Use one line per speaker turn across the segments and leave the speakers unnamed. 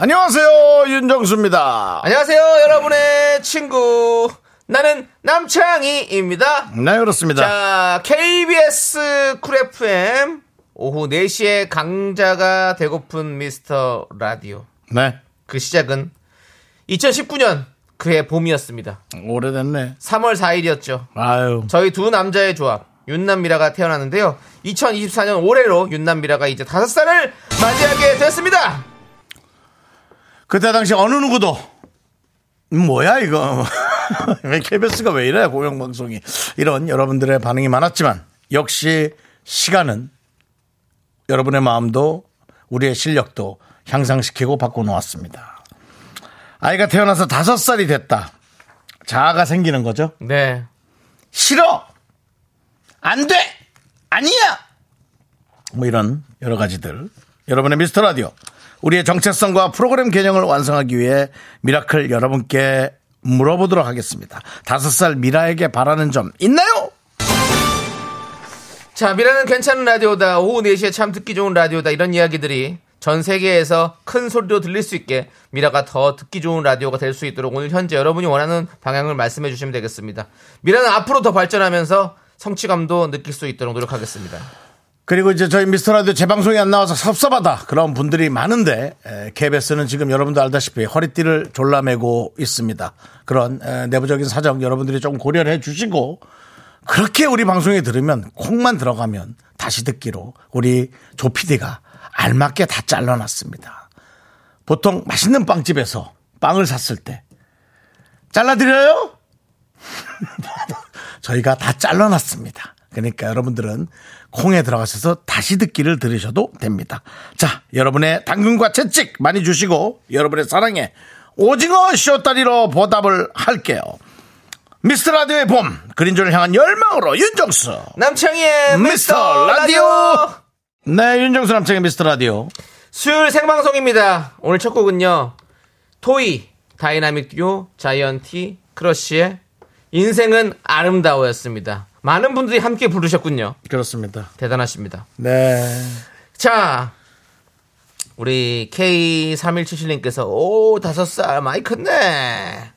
안녕하세요 윤정수입니다.
안녕하세요, 여러분의 친구. 나는 남창희입니다.
네 그렇습니다.
자, KBS 쿨 FM 오후 4시에 강자가 되고픈 미스터 라디오.
네
그 시작은 2019년 그해 봄이었습니다.
오래됐네.
3월 4일이었죠.
아유
저희 두 남자의 조합 윤남미라가 태어났는데요. 2024년 올해로 윤남미라가 이제 5살을 맞이하게 됐습니다.
그때 당시 어느 누구도 음, 뭐야 이거 왜 KBS가 왜 이래 공영방송이 이런 여러분들의 반응이 많았지만 역시 시간은 여러분의 마음도 우리의 실력도 향상시키고 바꿔놓았습니다. 아이가 태어나서 다섯 살이 됐다. 자아가 생기는 거죠.
네.
싫어! 안 돼! 아니야! 뭐 이런 여러 가지들. 여러분의 미스터 라디오. 우리의 정체성과 프로그램 개념을 완성하기 위해 미라클 여러분께 물어보도록 하겠습니다. 다섯 살 미라에게 바라는 점 있나요?
자, 미라는 괜찮은 라디오다. 오후 4시에 참 듣기 좋은 라디오다. 이런 이야기들이 전 세계에서 큰 소리로 들릴 수 있게 미라가 더 듣기 좋은 라디오가 될 수 있도록 오늘 현재 여러분이 원하는 방향을 말씀해 주시면 되겠습니다. 미라는 앞으로 더 발전하면서 성취감도 느낄 수 있도록 노력하겠습니다.
그리고 이제 저희 미스터 라디오 재방송이 안 나와서 섭섭하다. 그런 분들이 많은데, 에, KBS는 지금 여러분도 알다시피 허리띠를 졸라매고 있습니다. 그런 에, 내부적인 사정 여러분들이 좀 고려를 해 주시고, 그렇게 우리 방송에 들으면 콩만 들어가면 다시 듣기로 우리 조 PD가 알맞게 다 잘라놨습니다. 보통 맛있는 빵집에서 빵을 샀을 때 잘라드려요? 저희가 다 잘라놨습니다. 그러니까 여러분들은 콩에 들어가셔서 다시 듣기를 들으셔도 됩니다. 자, 여러분의 당근과 채찍 많이 주시고 여러분의 사랑에 오징어 쇼다리로 보답을 할게요. 미스터 라디오의 봄, 그린존을 향한 열망으로 윤정수.
남창희의 미스터 라디오!
네, 윤정수 남창의 미스터 라디오.
수요일 생방송입니다. 오늘 첫 곡은요. 토이, 다이나믹 듀오, 자이언티, 크러쉬의 인생은 아름다워였습니다. 많은 분들이 함께 부르셨군요.
그렇습니다.
대단하십니다.
네.
자, 우리 K3177님께서 오, 다섯 살 많이 컸네.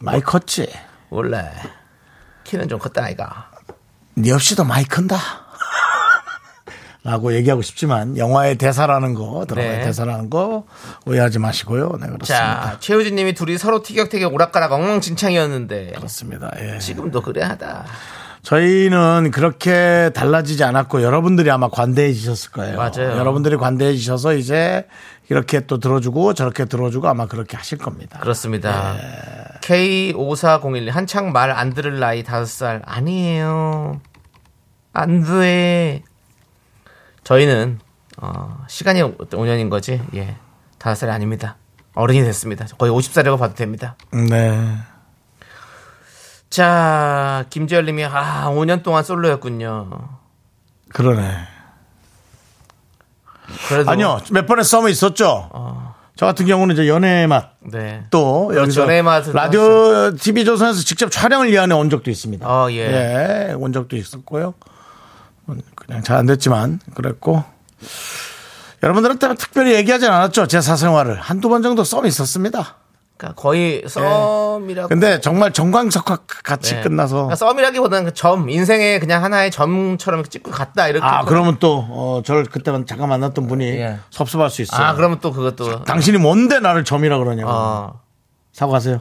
많이 컸지?
원래 키는 좀 컸다 아이가.
네 없이도 많이 큰다. 라고 얘기하고 싶지만 영화의 대사라는 거, 드라마의
네.
대사라는 거 오해하지 마시고요. 네, 그렇습니다.
자, 최우진님이 둘이 서로 티격태격 오락가락 엉망진창이었는데
그렇습니다. 예.
지금도 그래야 하다.
저희는 그렇게 달라지지 않았고 여러분들이 아마 관대해지셨을 거예요.
맞아요.
여러분들이 관대해지셔서 이제 이렇게 또 들어주고 저렇게 들어주고 아마 그렇게 하실 겁니다.
그렇습니다.
네.
K5401 한창 말 안 들을 나이 다섯 살 아니에요. 안 돼. 저희는 어, 시간이 5년인 거지. 예. 다섯 살 아닙니다. 어른이 됐습니다. 거의 50살이라고 봐도 됩니다.
네.
자, 김재열 님이 아, 5년 동안 솔로였군요.
그러네.
그래도
아니요. 몇 번의 썸이 있었죠. 저 같은 경우는 이제 연애의 맛.
네.
또 여기서
연애의 맛을
라디오 TV 조선에서 직접 촬영을 예안해 온 적도 있습니다.
아, 예.
예, 온 적도 있었고요. 음, 그냥 잘 안 됐지만 그랬고 여러분들한테 특별히 얘기하진 않았죠. 제 사생활을 한두 번 정도 썸이 있었습니다.
그러니까 거의
네.
썸이라고
근데 정말 정광석화 같이
네.
끝나서
그러니까 썸이라기보다는 그 점, 인생의 그냥 하나의 점처럼 찍고 갔다 이렇게.
아
또-
그러면 또 어, 저를 그때 잠깐 만났던 분이
예.
섭섭할 수 있어요.
아, 그러면 또 그것도
당신이 뭔데 나를 점이라 그러냐고
어,
음. 사과하세요.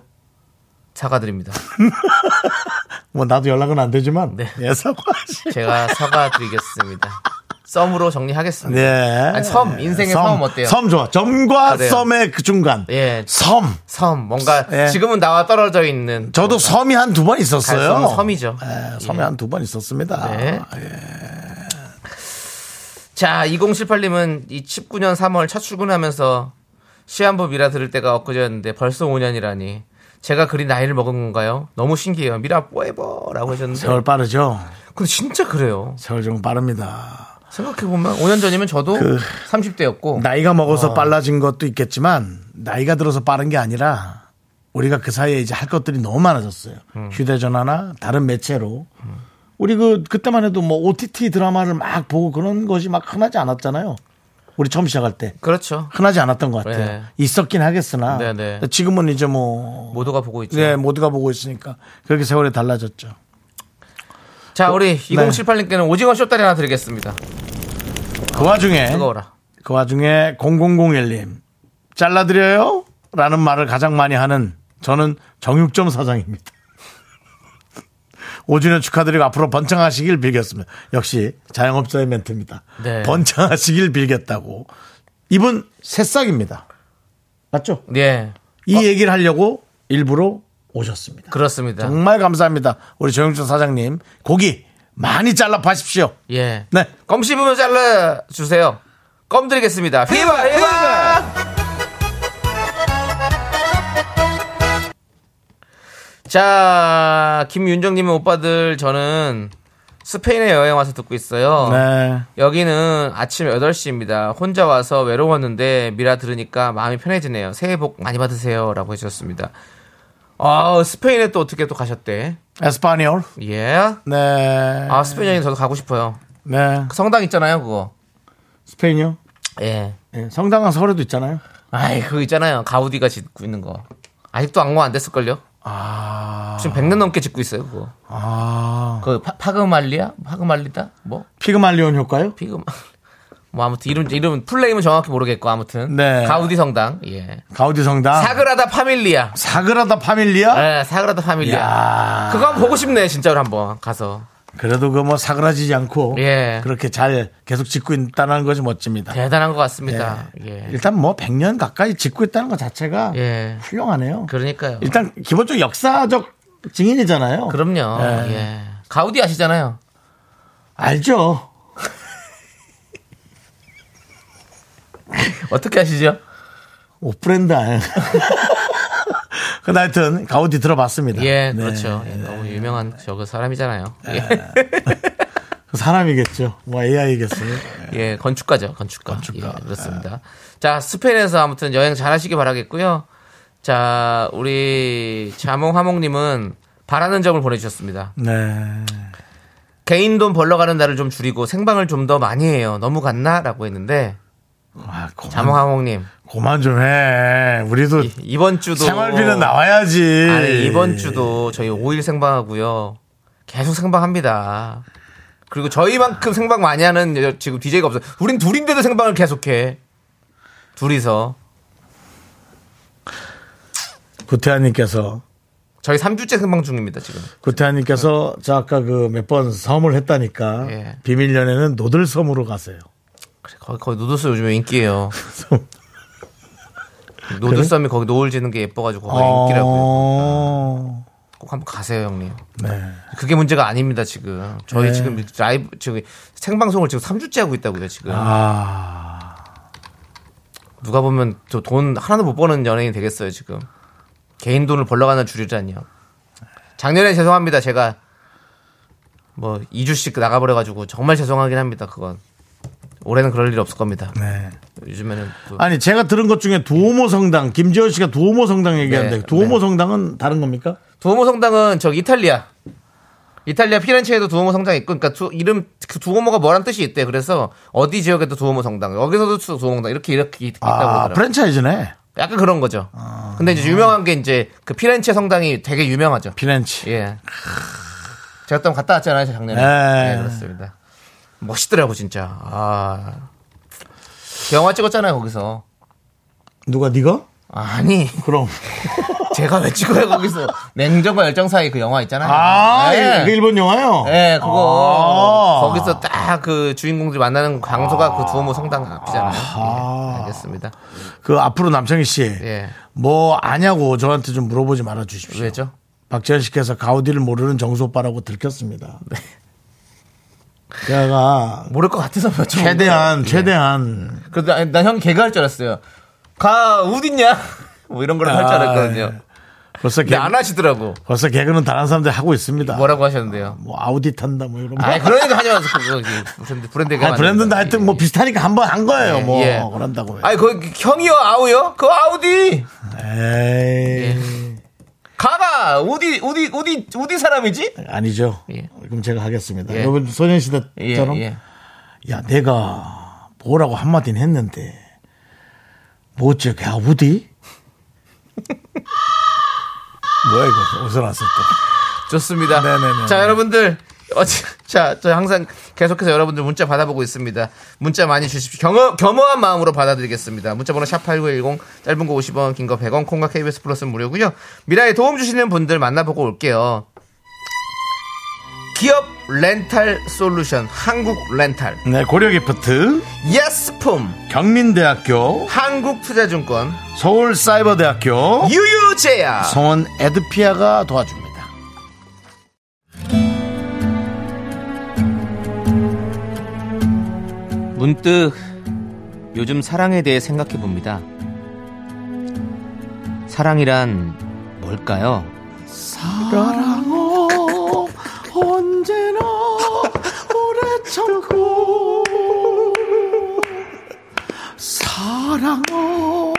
사과드립니다.
뭐 나도 연락은 안 되지만
네.
예, 사과하시.
제가 사과드리겠습니다. 썸으로 정리하겠습니다.
예.
아니, 섬, 인생의 섬은 어때요?
섬 좋아. 점과
그래요.
섬의 그 중간.
예.
섬.
섬, 뭔가
예.
지금은 나와 떨어져 있는.
저도 섬이 한 두 번 있었어요. 네,
갈수록 섬이죠.
예, 섬이
예.
한 두 번 있었습니다.
네. 자, 2078님은 이 19년 3월 첫 출근하면서 시한부 미라 들을 때가 엊그제였는데 벌써 5년이라니. 제가 그리 나이를 먹은 건가요? 너무 신기해요. 미라 뽀에버라고 하셨는데.
세월 빠르죠?
근데 진짜 그래요.
세월 좀 빠릅니다.
생각해보면 5년 전이면 저도 30대였고.
그 나이가 먹어서 빨라진 것도 있겠지만 나이가 들어서 빠른 게 아니라 우리가 그 사이에 이제 할 것들이 너무 많아졌어요.
음.
휴대전화나 다른 매체로. 우리 그 그때만 해도 뭐 OTT 드라마를 막 보고 그런 것이 막 흔하지 않았잖아요. 우리 처음 시작할 때
그렇죠.
흔하지 않았던 것 같아요.
네.
있었긴 하겠으나
네, 네.
지금은 이제 뭐
모두가 보고 있죠.
네, 모두가 보고 있으니까 그렇게 세월이 달라졌죠.
자,
어,
우리
네.
2078님께는 오징어 쇼다리 하나 드리겠습니다.
그 와중에
뜨거워라.
그 와중에 0001님 잘라드려요? 라는 말을 가장 많이 하는 저는 정육점 사장입니다. 5주년 축하드리고 앞으로 번창하시길 빌겠습니다. 역시 자영업자의 멘트입니다.
네.
번창하시길 빌겠다고. 이분 새싹입니다. 맞죠?
예.
이 얘기를 하려고 일부러 오셨습니다.
그렇습니다.
정말 감사합니다. 우리 정육점 사장님 고기 많이 잘라 파십시오.
예.
네.
검 씹으면 잘라 주세요. 껌 드리겠습니다. 피바 피바. 자, 김윤정님은 오빠들 저는 스페인에 여행 와서 듣고 있어요.
네.
여기는 아침 8시입니다. 혼자 와서 외로웠는데 미라 들으니까 마음이 편해지네요. 새해 복 많이 받으세요. 라고 해주셨습니다. 아, 스페인에 또 어떻게 또 가셨대?
에스파니올.
예.
네.
아, 스페인 여행 저도 가고 싶어요.
네.
그 성당 있잖아요, 그거.
스페인요?
예.
예, 성당은 서울에도 있잖아요.
아이, 그거 있잖아요. 가우디가 짓고 있는 거. 아직도 악몽 안 됐을걸요?
아,
지금 100년 넘게 짓고 있어요, 그거.
아.
그 파, 파그말리아? 파그말리다? 뭐?
피그말리온 효과요?
피그 뭐 아무튼 이름 이름 풀네임은 정확히 모르겠고 아무튼
네.
가우디 성당 예
가우디 성당.
사그라다 파밀리아
사그라다 파밀리아?
예, 사그라다 파밀리아
야
그거 한번 보고 싶네 진짜로 한번 가서
그래도 그 뭐 사그라지지 않고
예.
그렇게 잘 계속 짓고 있다는 것이 멋집니다.
대단한 것
예.
같습니다 예,
일단 뭐 100년 가까이 짓고 있다는 것 자체가
예.
훌륭하네요.
그러니까요
일단 기본적으로 역사적 증인이잖아요.
그럼요
예.
예. 가우디 아시잖아요
알죠.
어떻게 아시죠
오프랜드 알. 근데 하여튼 가우디 들어봤습니다.
예
네.
그렇죠 예, 너무 유명한 저그 사람이잖아요 예.
네. 사람이겠죠. 뭐 AI겠어요.
예, 건축가죠, 건축가. 예, 그렇습니다. 자, 스페인에서 아무튼 여행 잘 하시기 바라겠고요. 자, 우리 자몽화몽님은 바라는 점을 보내주셨습니다.
네.
개인 돈 벌러 가는 날을 좀 줄이고 생방을 좀 더 많이 해요. 너무 갔나? 라고 했는데,
아, 고만,
자몽화몽님,
고만 좀 해. 우리도
이- 이번 주도.
생활비는 나와야지.
아니, 이번 주도 저희 5일 생방하고요. 계속 생방합니다. 그리고 저희만큼 생방 많이 하는 여- 지금 DJ가 없어요. 우린 둘인데도 생방을 계속해. 둘이서.
구태환님께서
저희 3주째 생방 중입니다, 지금.
구태환님께서 저 아까 그 몇 번 섬을 했다니까
예.
비밀 연애는 노들섬으로 가세요.
그래, 거기, 거기 노들섬 요즘에 인기예요. 노들섬이 거기 노을 지는 게 예뻐가지고 거기 인기라고요.
어...
꼭 한번 가세요, 형님.
네.
그게 문제가 아닙니다, 지금. 저희 지금 라이브, 지금 생방송을 지금 3주째 하고 있다고요, 지금.
아
누가 보면 저 돈 하나도 못 버는 연예인 되겠어요, 지금. 개인 돈을 벌러 가는 줄이잖요. 작년에 죄송합니다, 제가. 뭐, 2주씩 나가버려가지고 정말 죄송하긴 합니다, 그건. 올해는 그럴 일 없을 겁니다.
네.
요즘에는 또
아니 제가 들은 것 중에 두오모 성당 김지현 씨가 두오모 성당 얘기하는데
네,
두오모
네.
성당은 다른 겁니까?
두오모 성당은 저기 이탈리아. 이탈리아 피렌체에도 두오모 성당이 있고, 그러니까 두, 이름 그 두오모가 뭐란 뜻이 있대. 그래서 어디 지역에도 두오모 성당, 여기서도 두- 두오모 성당 이렇게 이렇게 있다고
아
그러더라고. 요
프랜차이즈네.
약간 그런 거죠. 근데 이제 유명한 게 이제 그 피렌체 성당이 되게 유명하죠.
피렌치.
예. 제가 또 갔다 왔잖아요, 작년에.
네.
예, 그렇습니다. 멋있더라고 진짜. 아. 그 영화 찍었잖아요 거기서.
누가 네가?
아니.
그럼.
제가 왜 찍어요 거기서 냉정과 열정 사이 그 영화 있잖아요.
아,
예.
그 일본 영화요?
예, 그거
아.
거기서 딱 그 주인공들이 만나는 광소가 그 두오모 성당 앞이잖아요. 예, 알겠습니다.
그 앞으로 남창희 씨,
예.
뭐 아냐고 저한테 좀 물어보지 말아 주십시오.
왜죠? 네.
박지현 씨께서 가우디를 모르는 정수 오빠라고 들켰습니다. 제가
모를 것 같아서 몇
최대한
예.
최대한
그래도 난형 개그 할 줄 알았어요. 가 어딨냐? 뭐 이런 걸 할 줄
아,
알았거든요.
벌써 개,
근데 안 하시더라고.
벌써 개그는 다른 사람들 하고 있습니다.
뭐라고 하셨는데요?
뭐 아우디 탄다 뭐 이런 거.
아 그러니까 하지 마세요. 그거 그 무슨 브랜드가
아, 브랜드는 다 하여튼 뭐 비슷하니까 한 번 한 거예요. 뭐
예.
그런다고.
아니 그 형이요 아우요? 그 아우디
에이
예. 가가 우디 우디 우디 우디 사람이지?
아니죠.
예.
그럼 제가 하겠습니다.
예.
여러분
예,
소년시대처럼
예.
야 내가 뭐라고 한마디는 했는데 뭐지 걔 아우디? 뭐야 이거 어디서 났어 또?
좋습니다.
네네네.
자, 여러분들. 어찌, 자, 저 항상 계속해서 여러분들 문자 받아보고 있습니다. 문자 많이 주십시오. 겸허, 겸허한 마음으로 받아드리겠습니다. 문자번호 샵8910, 짧은 거 50원, 긴 거 100원, 콩과 KBS 플러스는 무료고요 미라에 도움 주시는 분들 만나보고 올게요. 기업 렌탈 솔루션, 한국 렌탈,
네 고려기프트,
예스품,
경민대학교,
한국투자증권,
서울사이버대학교,
유유제야.
성원 에드피아가 도와줍니다.
문득 그 요즘 사랑에 대해 생각해 봅니다. 사랑이란 뭘까요?
사랑어 언제나 오래 참고 사랑어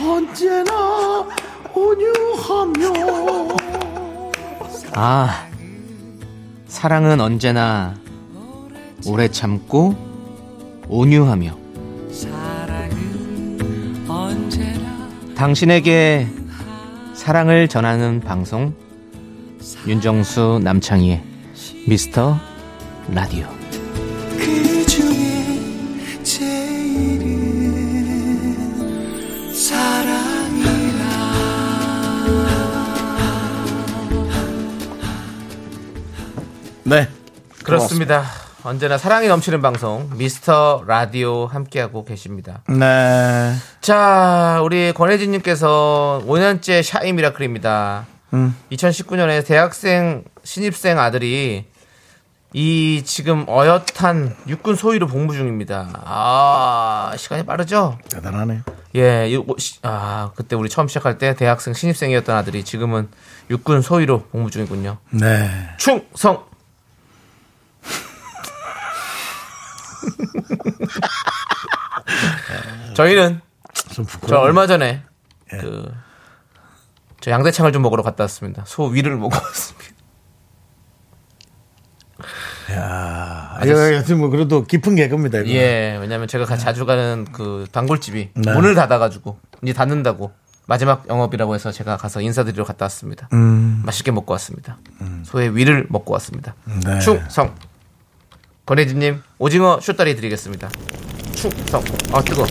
언제나 온유하며
아, 사랑은 언제나 오래 참고 온유하며 당신에게 사랑을 전하는 방송 윤정수 남창희의 미스터 라디오
네
그렇습니다. 언제나 사랑이 넘치는 방송 미스터 라디오 함께하고 계십니다.
네
자, 우리 권혜진님께서 5년째 샤이 미라클입니다. 2019년에 대학생 신입생 아들이 이 지금 어엿한 육군 소위로 복무 중입니다. 아, 시간이 빠르죠?
대단하네요
예, 이 오- 시- 아, 그때 우리 처음 시작할 때 대학생 신입생이었던 아들이 지금은 육군 소위로 복무 중이군요.
네
충성! 저희는
좀
저
부끄러워
얼마 전에 그 저 양대창을 좀 먹으러 갔다 왔습니다. 소 위를 먹고 왔습니다.
여튼 뭐 그래도 깊은 개그입니다 이거
예, 왜냐면 제가 가- 자주 가는 그 단골집이
네.
문을 닫아가지고 이제 닫는다고 마지막 영업이라고 해서 제가 가서 인사드리러 갔다 왔습니다. 맛있게 먹고 왔습니다. 소의 위를 먹고 왔습니다.
네.
충성. 권혜진님 오징어 쇼다리 드리겠습니다. 충성. 아 뜨거.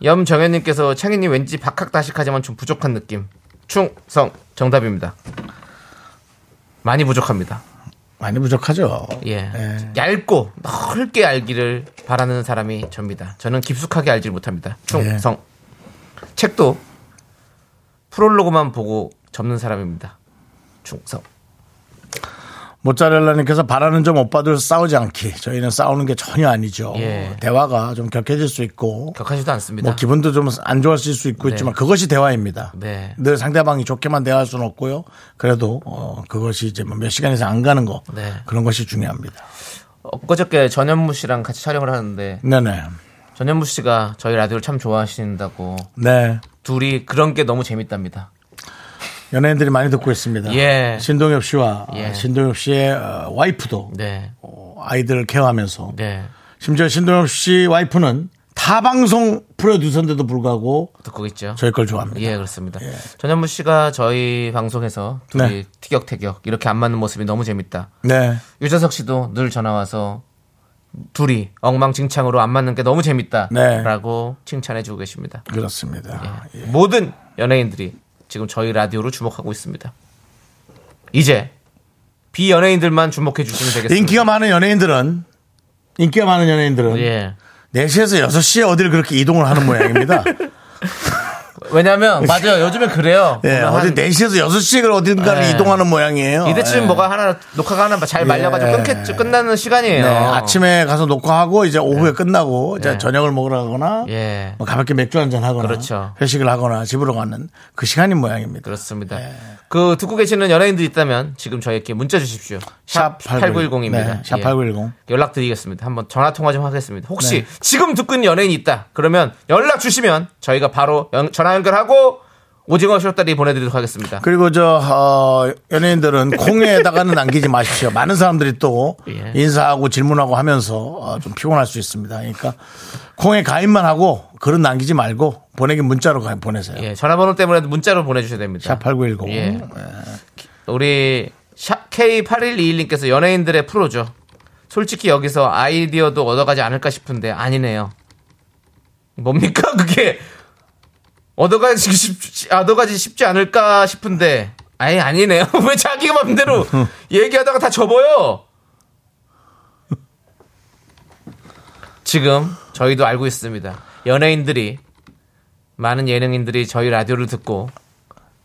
염정현님께서 창희님 왠지 박학다식하지만 좀 부족한 느낌. 충성 정답입니다. 많이 부족합니다.
많이 부족하죠
예.
예.
얇고 넓게 알기를 바라는 사람이 접니다. 저는 깊숙하게 알지 못합니다. 충성.
네.
책도 프롤로그만 보고 접는 사람입니다. 충성.
모짜렐라님께서 바라는 점 오빠들 싸우지 않기. 저희는 싸우는 게 전혀 아니죠.
예.
대화가 좀 격해질 수 있고,
격하지도 않습니다.
뭐 기분도 좀 안 좋아질 수 있고 있지만 그것이 대화입니다.
네.
늘 상대방이 좋게만 대화할 수는 없고요. 그래도 어, 그것이 이제 뭐몇 시간 이상 안 가는 거
네.
그런 것이 중요합니다.
어, 엊그저께 전현무 씨랑 같이 촬영을 하는데
네네.
전현무 씨가 저희 라디오를 참 좋아하신다고
네.
둘이 그런 게 너무 재밌답니다.
연예인들이 많이 듣고 있습니다.
예.
신동엽 씨와
예.
신동엽 씨의 어, 와이프도
네.
어, 아이들을 케어하면서
네.
심지어 신동엽 씨 와이프는 타방송 프로듀서인데도 불구하고
듣고 있죠.
저희 걸 좋아합니다.
예, 그렇습니다. 전현무 씨가 저희 방송에서 둘이
네.
티격태격 이렇게 안 맞는 모습이 너무 재밌다.
네.
유재석 씨도 늘 전화 와서 둘이 엉망진창으로 안 맞는 게 너무
네.
재밌다라고 칭찬해주고 계십니다.
그렇습니다. 예.
모든 연예인들이 지금 저희 라디오로 주목하고 있습니다. 이제 비연예인들만 주목해 주시면 되겠습니다.
인기가 많은 연예인들은 인기가 많은 연예인들은
예.
4시에서 6시에 어디를 그렇게 이동을 하는 모양입니다.
왜냐면 맞아요. 요즘에 그래요.
예,
보면
어디
한
4시에서 6시를 어딘가를
예.
이동하는 모양이에요.
이때쯤
예.
뭐가 하나 녹화가 하나 잘 말려가지고
예.
끊겠죠. 끝나는 시간이에요.
네, 아침에 가서 녹화하고 이제 오후에 끝나고 이제
네.
저녁을 먹으러 가거나
예.
뭐 가볍게 맥주 한잔 하거나
그렇죠.
회식을 하거나 집으로 가는 그 시간인 모양입니다.
그렇습니다.
예.
그 듣고 계시는 연예인들 있다면 지금 저에게 문자 주십시오. 샵 8910입니다. 예.
네, 샵 8910.
연락드리겠습니다. 한번 전화 통화 좀 하겠습니다. 혹시 지금 듣고 있는 연예인이 있다. 그러면 연락 주시면 저희가 바로 연- 전화 연결하고 오징어 쇼다리 보내드리도록 하겠습니다.
그리고 저 어, 연예인들은 콩에다가는 남기지 마십시오. 많은 사람들이 또
예.
인사하고 질문하고 하면서 어, 좀 피곤할 수 있습니다. 그러니까 콩에 가입만 하고 글은 남기지 말고 보내긴 문자로 가- 보내세요.
예, 전화번호 때문에 보내주셔야 도 됩니다.
샵 8910.
예. 우리 K8121님께서 연예인들의 프로죠. 솔직히 여기서 아이디어도 얻어가지 않을까 싶은데 아니네요. 뭡니까 그게 얻어가지 쉽지, 얻어가지 쉽지 않을까 싶은데 아예 아니네요. 왜 자기가 맘대로 얘기하다가 다 접어요? 지금 저희도 알고 있습니다. 연예인들이 많은 예능인들이 저희 라디오를 듣고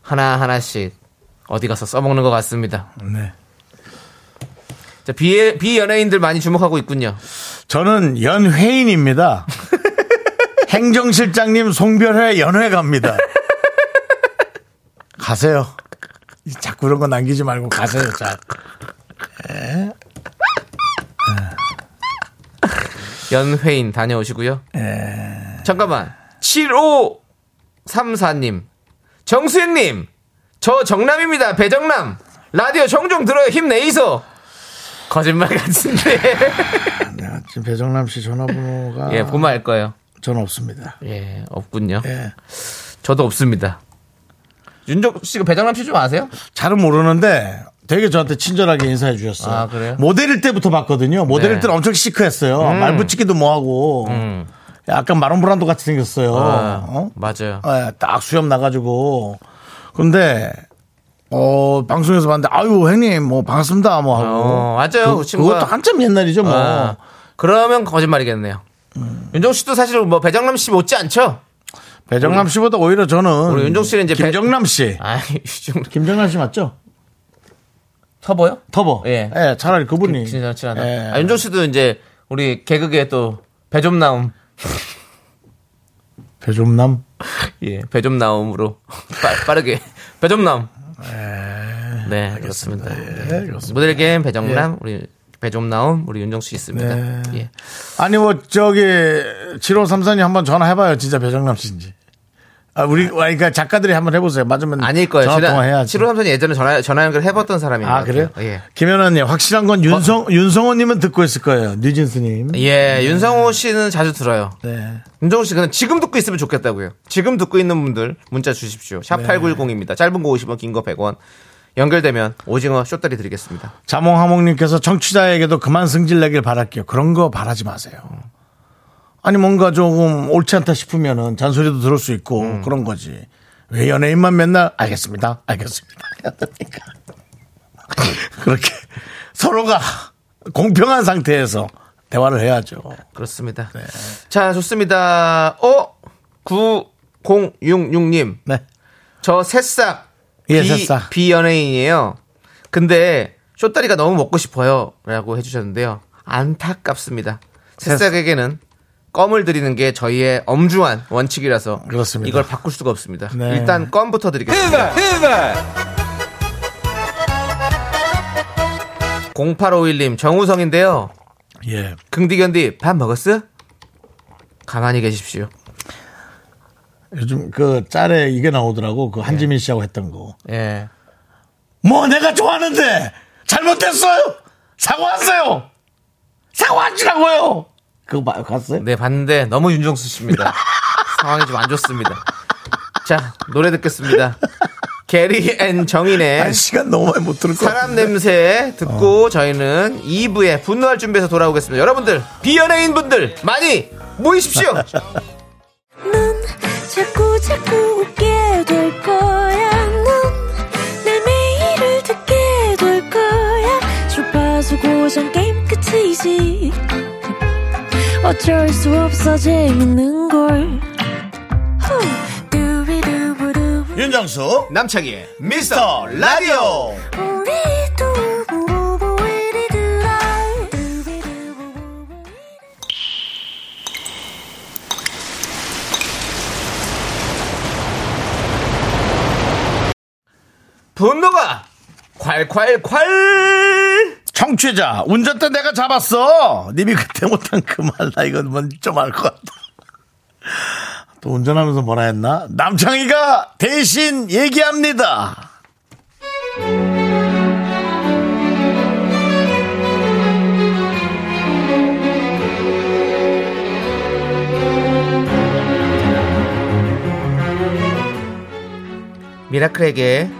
하나 하나씩 어디 가서 써먹는 것 같습니다.
네.
자, 비, 비연예인들 많이 주목하고 있군요.
저는 연회인입니다. 행정실장님 송별회 연회 갑니다. 가세요. 자꾸 이런 거 남기지 말고 가세요. 자.
연회인 다녀오시고요.
예.
잠깐만. 7534님. 정수현님. 저 정남입니다. 배정남. 라디오 종종 들어요. 힘내이소. 거짓말 같은데.
네, 지금 배정남 씨 전화번호가
예, 보면 알
아.
거예요.
저는 없습니다.
예, 없군요.
예.
저도 없습니다. 윤정 씨가 배정남 씨 좀 아세요?
잘은 모르는데 되게 저한테 친절하게 인사해 주셨어요.
아, 그래요?
모델일 때부터 봤거든요. 모델일
네. 음.
때는 엄청 시크했어요. 말 붙이기도 뭐하고 약간 마론브란도 같이 생겼어요.
아,
어?
맞아요.
예, 딱 수염 나가지고. 근데, 어, 방송에서 봤는데, 아유, 형님, 뭐, 반갑습니다, 뭐 하고.
어, 맞아요. 그
그,
친구가-
그것도 한참 옛날이죠, 뭐.
아, 그러면 거짓말이겠네요. 윤정 씨도 사실 뭐 배정남 씨 못지 않죠?
배정남 씨보다 오히려 저는.
우리 윤종 씨는 이제 배-
김정남 씨.
아, 유정
김정남 씨 맞죠?
터보요?
터보.
예.
예, 차라리 그분이.
진짜 친하다.
예.
아, 윤종 씨도 이제 우리 개그계 또배 좀 나옴,
배종남.
예, 배 좀 나옴으로 빠, 빠르게 배 좀 나옴. 네, 그렇습니다. 예.
예, 그렇습니다.
모델 게임 배정남 우리 배 좀 나옴 우리 윤종 씨 있습니다.
네.
예.
아니, 뭐, 저기, 7534님 한번 전화해봐요. 진짜 배정남 씨인지. 아, 우리, 아, 그러니까 작가들이 한번 해보세요. 맞으면.
아닐 거예요.
전화통화해야지.
7호 삼선이 예전에 전화 전화 연결 해봤던 사람인
아
것
그래요?
같아요. 예. 뭐-
김연아님 확실한 건 윤성 윤성호님은 듣고 있을 거예요. 뉴진스님.
예, 윤성호 씨는 자주 들어요.
네.
윤정우 씨, 그냥 지금 듣고 있으면 좋겠다고요. 지금 듣고 있는 분들 문자 주십시오. 샵
네.
8910입니다. 짧은 거 50원, 긴 거 100원. 연결되면 오징어 쇼다리 드리겠습니다.
자몽하몽님께서 청취자에게도 그만 승질 내길 바랄게요. 그런 거 바라지 마세요. 아니 뭔가 조금 옳지 않다 싶으면은 잔소리도 들을 수 있고 그런 거지. 왜 연예인만 맨날 알겠습니다, 알겠습니다. 그러니까 그렇게 서로가 공평한 상태에서 대화를 해야죠.
그렇습니다.
네.
자, 좋습니다. 어? 9066님.
네.
저 새싹.
예,
비,
새싹.
비연예인이에요. 근데 쇼다리가 너무 먹고 싶어요. 라고 해주셨는데요. 안타깝습니다. 새싹에게는 껌을 드리는 게 저희의 엄중한 원칙이라서
그렇습니다.
이걸 바꿀 수가 없습니다.
네.
일단 껌부터 드리겠습니다. 0851님 정우성인데요.
예.
긍디견디 밥 먹었어? 가만히 계십시오.
요즘 그 짤에 이게 나오더라고. 그 한지민 씨하고 했던 거.
예.
뭐 내가 좋아하는데 잘못했어요. 사과하세요. 사과하시라고요. 그거 봐- 봤어요?
네 봤는데 너무 윤정수 씨입니다. 상황이 좀 안 좋습니다. 자 노래 듣겠습니다. 게리 앤 정인의
아, 시간 너무 많이 못 들을 것
사람
같은데.
냄새 듣고 저희는 2부에 분노할 준비해서 돌아오겠습니다. 여러분들 비연예인 분들 많이 모이십시오.
넌 자꾸 자꾸 웃게 될 거야. 넌내 매일을 듣게 될 거야. 주파수 고정 게임 끝이지. 어쩔 수 없어 재밌는 걸. 후. 두비두부
윤정수
남창희의 미스터 라디오 분노가 콸콸콸
청취자 운전대 내가 잡았어 님이 그때 못한 그 말 나 이건 뭔좀알 것 같다 또 운전하면서 뭐라 했나 남창희가 대신 얘기합니다
미라클에게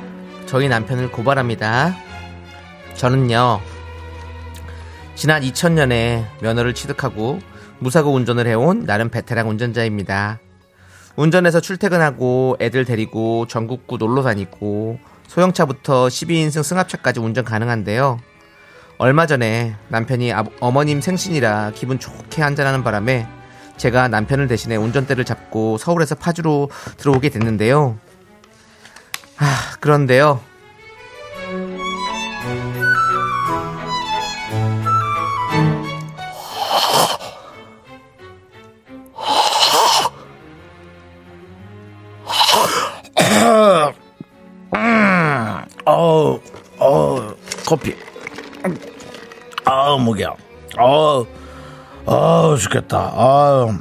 저희 남편을 고발합니다. 저는요, 지난 2000년에 면허를 취득하고 무사고 운전을 해온 나름 베테랑 운전자입니다. 운전해서 출퇴근하고 애들 데리고 전국구 놀러 다니고 소형차부터 12인승 승합차까지 운전 가능한데요. 얼마 전에 남편이 아- 어머님 생신이라 기분 좋게 한잔하는 바람에 제가 남편을 대신해 운전대를 잡고 서울에서 파주로 들어오게 됐는데요. 아, 그런데요.
어우 어우 커피 아우 목이야 아우 아우 죽겠다 아우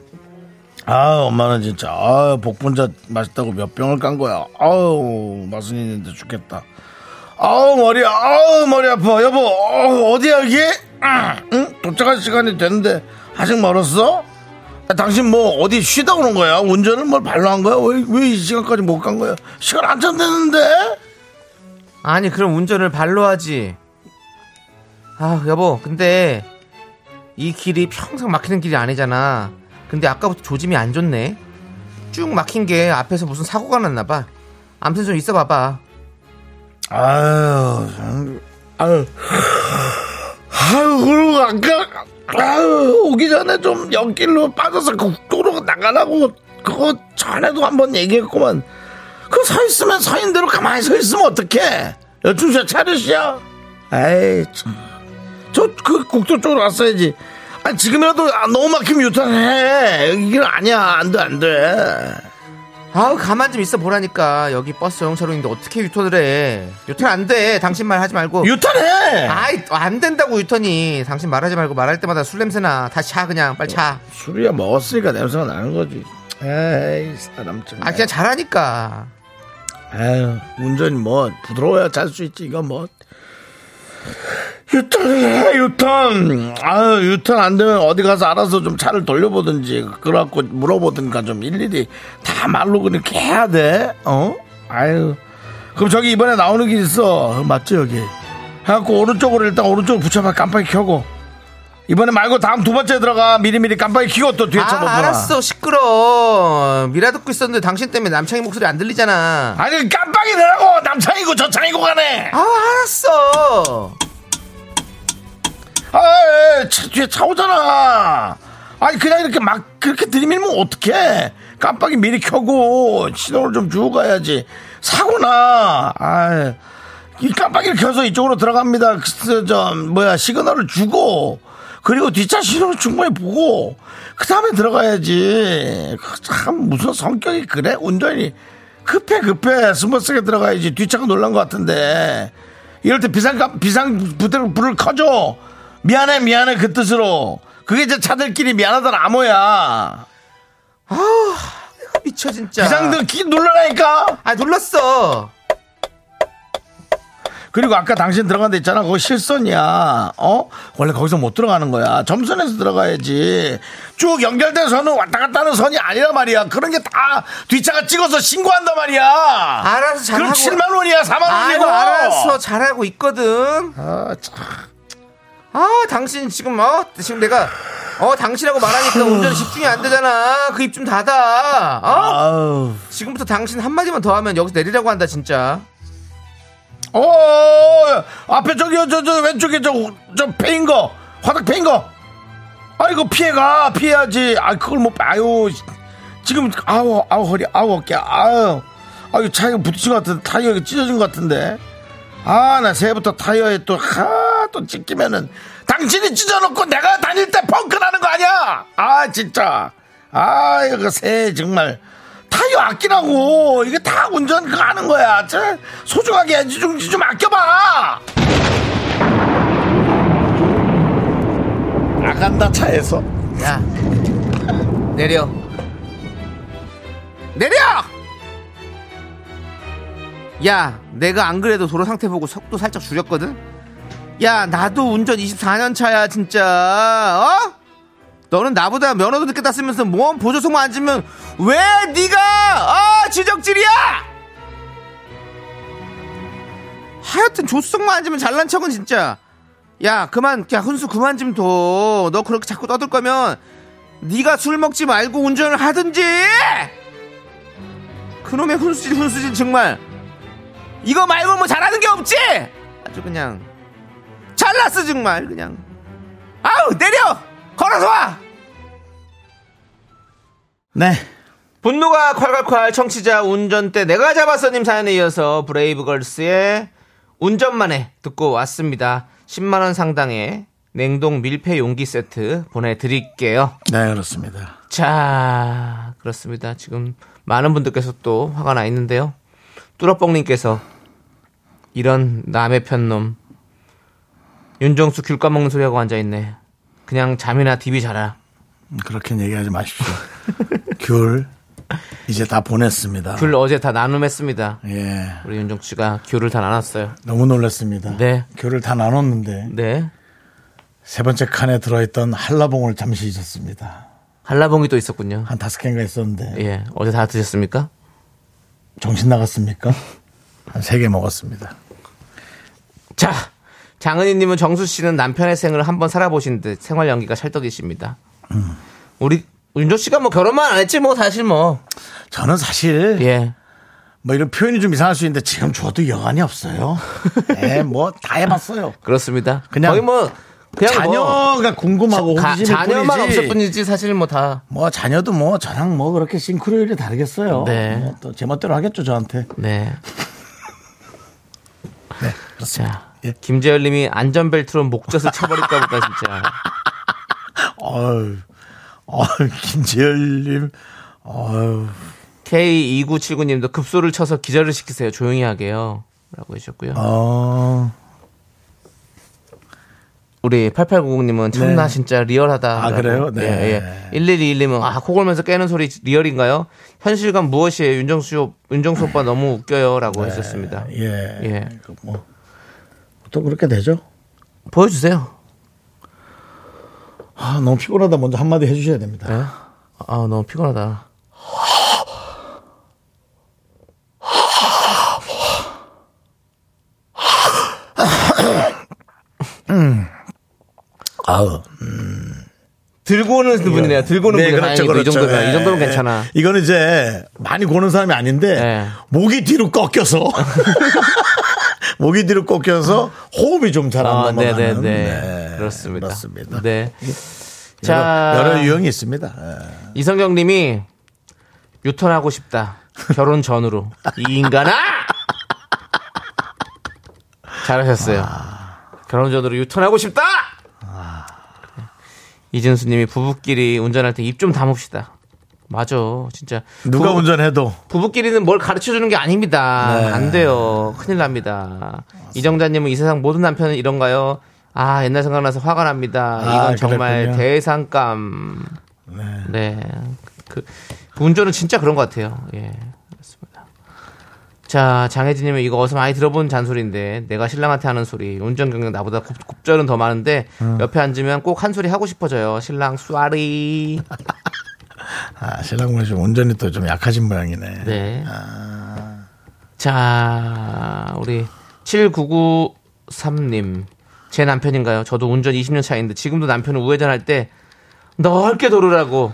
아 엄마는 진짜 아 복분자 맛있다고 몇 병을 깐 거야 아우 맛은 있는데 죽겠다 아우 머리 아우 머리 아파 여보 어, 디야 이게 아, 응? 도착할 시간이 됐는데 아직 멀었어? 아, 당신 뭐 어디 쉬다 오는 거야 운전을 뭘 발로 한 거야 왜 왜 이 시간까지 못 간 거야 시간 한참 됐는데
아니, 그럼 운전을 발로 하지. 아, 여보, 근데 이 길이 평생 막히는 길이 아니잖아. 근데 아까부터 조짐이 안 좋네. 쭉 막힌 게 앞에서 무슨 사고가 났나 봐. 암튼 좀 있어 봐봐.
아유, 참, 아유, 아유, 그리고 아까, 아유, 오기 전에 좀 옆길로 빠져서 국도로 나가라고, 그거 전에도 한번 얘기했구만. 그 서 있으면 서 있는 대로 가만히 서 있으면 어떡해? 여충사 차르시야? 에이, 참. 저, 그 국도 쪽으로 갔어야지. 아, 지금이라도 아, 너무 막히면 유턴해. 이길 아니야. 안 돼, 안 돼.
아우, 가만 좀 있어 보라니까. 여기 버스 용차로인데 어떻게 유턴을 해. 유턴 안 돼. 당신 말 하지 말고.
유턴해!
아이, 안 된다고 유턴이. 당신 말하지 말고 말할 때마다 술 냄새나. 다시 차, 그냥. 빨리 차.
술이야 먹었으니까 냄새가 나는 거지. 에이 사람 좀.
아, 그냥 잘하니까.
에휴, 운전 뭐 부드러워야 잘 수 있지 이거 뭐. 유턴해 유턴. 아유 유턴 안 되면 어디 가서 알아서 좀 차를 돌려보든지 그래갖고 물어보든가 좀 일일이 다 말로 그렇게 해야 돼. 어? 아유. 그럼 저기 이번에 나오는 길 있어 맞죠 여기. 해갖고 오른쪽으로 일단 오른쪽 붙여봐 깜빡이 켜고. 이번에 말고 다음 두 번째 들어가 미리미리 깜빡이 켜고 또 뒤에 차 보자.
아, 알았어. 시끄러. 미라 듣고 있었는데 당신 때문에 남창희 목소리 안 들리잖아.
아니 깜빡이 내라고 남창이고 저창이고 가네
아, 알았어.
아 차, 뒤에 차 오잖아 아니 그냥 이렇게 막 그렇게 들이밀면 어떡해 깜빡이 미리 켜고 신호를 좀 주고 가야지 사고나 아이 이 깜빡이를 켜서 이쪽으로 들어갑니다 그, 저 뭐야 시그널을 주고 그리고 뒷차 신호를 충분히 보고 그 다음에 들어가야지 그참 무슨 성격이 그래 운전이 급해 급해 스무스하게 들어가야지 뒷차가 놀란 것 같은데 이럴 때 비상 깜- 비상 부대로 불을 커줘 미안해 미안해 그 뜻으로 그게 이제 차들끼리 미안하다는 암호야
미쳐 진짜.
비상등 키 눌러라니까
아, 눌렀어.
그리고 아까 당신 들어간 데 있잖아 그거 실선이야 어 원래 거기서 못 들어가는 거야 점선에서 들어가야지 쭉 연결된 선은 왔다 갔다 하는 선이 아니란 말이야 그런 게 다 뒷차가 찍어서 신고한단 말이야
알아서
그럼
잘하고.
7만 원이야 4만
아이고,
원이고
알았어. 잘하고 있거든.
아, 참.
아, 당신 지금 어? 지금 내가 어, 당신하고 말하니까 운전 집중이 안 되잖아. 그 입 좀 닫아. 어?
아우
지금부터 당신 한마디만 더 하면 여기서 내리라고 한다, 진짜.
어, 어, 어, 앞에 저기 저, 저 왼쪽에 저저 페인 거 화덕 페인 거. 아이고 피해가 피해야지. 아 그걸 못 봐. 아유 지금 아우 아우 허리 아우 어깨 아유 아, 이 차이가 부딪힌 것 같은데, 타이어가 찢어진 것 같은데. 아, 나 새해부터 타이어에 또, 하, 또 찢기면은, 당신이 찢어놓고 내가 다닐 때 펑크 나는 거 아니야! 아, 진짜. 아, 이거 새해 정말. 타이어 아끼라고! 이게 다 운전 그거 하는 거야. 저 소중하게 해야지. 좀, 좀 아껴봐! 나간다, 차에서.
야 내려 내려 야 내가 안 그래도 도로 상태 보고 속도 살짝 줄였거든 야 나도 운전 24년 차야 진짜 어? 너는 나보다 면허도 늦게 땄으면서 뭔 보조석만 앉으면 왜 네가 어 지적질이야 하여튼 조수석만 앉으면 잘난 척은 진짜 야 그만 야 훈수 그만 좀 둬 너 그렇게 자꾸 떠들 거면 네가 술 먹지 말고 운전을 하든지 그놈의 훈수질 훈수질 정말 이거 말고 뭐 잘하는 게 없지 아주 그냥 잘났어 정말 그냥 아우 내려 걸어서 와
네.
분노가 콸콸콸 청취자 운전 때 내가 잡았어님 사연에 이어서 브레이브걸스의 운전만해 듣고 왔습니다. 10만원 상당의 냉동 밀폐 용기 세트 보내드릴게요.
네, 그렇습니다.
자, 그렇습니다. 지금 많은 분들께서 또 화가 나 있는데요. 뚜러뻥님께서 이런 남의 편놈 윤정수 귤 까먹는 소리하고 앉아있네. 그냥 잠이나 디비 자라.
그렇게 얘기하지 마십시오. 귤, 이제 다 보냈습니다.
귤 어제 다 나눔했습니다.
예.
우리 윤정 씨가 귤을 다 나눴어요.
너무 놀랐습니다.
네.
귤을 다 나눴는데,
네.
세 번째 칸에 들어있던 한라봉을 잠시 잊었습니다.
한라봉이 또 있었군요.
한 다섯 개인가 있었는데,
예. 어제 다 드셨습니까?
정신 나갔습니까? 한 세 개 먹었습니다.
자. 장은희 님은 정수 씨는 남편의 생을 한번 살아보신 듯 생활 연기가 찰떡이십니다. 우리 윤정 씨가 뭐 결혼만 안 했지 뭐 사실 뭐.
저는 사실,
예.
뭐 이런 표현이 좀 이상할 수 있는데, 지금 줘도 여간이 없어요. 예, 뭐 다 해봤어요.
그렇습니다.
그냥
거의 뭐 그냥 뭐
자녀가 궁금하고
자,
호기심일
자녀만
뿐이지.
없을 뿐이지 사실 뭐 다.
뭐 자녀도 뭐 저랑 뭐 그렇게 싱크로율이 다르겠어요.
네.
뭐 또 제 멋대로 하겠죠 저한테.
네. 자.
예.
김재열 님이 안전벨트로 목젖을 쳐버릴까 보다 진짜.
어유, 어유 김지열님, 어유
K2979님도 급소를 쳐서 기절을 시키세요. 조용히 하게요. 라고 해주셨고요.
어,
우리 8890님은 참나
네.
진짜 리얼하다.
아, 그래요? 네.
예, 예. 1121님은 아, 코골면서 깨는 소리 리얼인가요? 현실감 무엇이에요? 윤정수, 오- 윤정수 오빠 너무 웃겨요. 라고 해주셨습니다.
예,
예.
그뭐 보통 그렇게 되죠.
보여주세요.
아 너무 피곤하다 먼저 한마디 해주셔야 됩니다.
예? 아, 너무 피곤하다.
아우,
들고 오는 분이네요. 들고 오는 분이 다행이고 이 정도면,
예,
이 정도면
예.
괜찮아.
이건 이제 많이 고는 사람이 아닌데
예.
목이 뒤로 꺾여서. 목이 뒤로 꺾여서 호흡이 좀 잘 안
아,
넘어가는
네네네. 그렇습니다.
그렇습니다.
네. 아.
여러,
자.
여러 유형이 있습니다. 예.
이성경 님이 유턴하고 싶다. 결혼 전으로. 이 인간아! 잘하셨어요.
아.
결혼 전으로 유턴하고 싶다! 이진수 님이 부부끼리 운전할 때 입 좀 담읍시다. 맞아. 진짜.
누가
부부-
운전해도
부부끼리는 뭘 가르쳐 주는 게 아닙니다.
네.
안 돼요. 큰일 납니다. 이정자님은 이 세상 모든 남편은 이런가요? 아, 옛날 생각나서 화가 납니다.
아,
이건 정말
그랬군요.
대상감. 네. 그, 그 운전은 진짜 그런 것 같아요. 예. 그렇습니다. 자, 장혜진님은 이거 어디서 많이 들어본 잔소리인데, 내가 신랑한테 하는 소리. 운전 경력 나보다 곱- 곱절은 더 많은데,
음.
옆에 앉으면 꼭 한 소리 하고 싶어져요. 신랑, 쏘리.
아, 신랑분 좀 운전이 또 좀 약하신 모양이네.
네. 자, 우리 7993님. 제 남편인가요? 저도 운전 좌 20년 차인데 지금도 남편은 우회전할 때 넓게 도르라고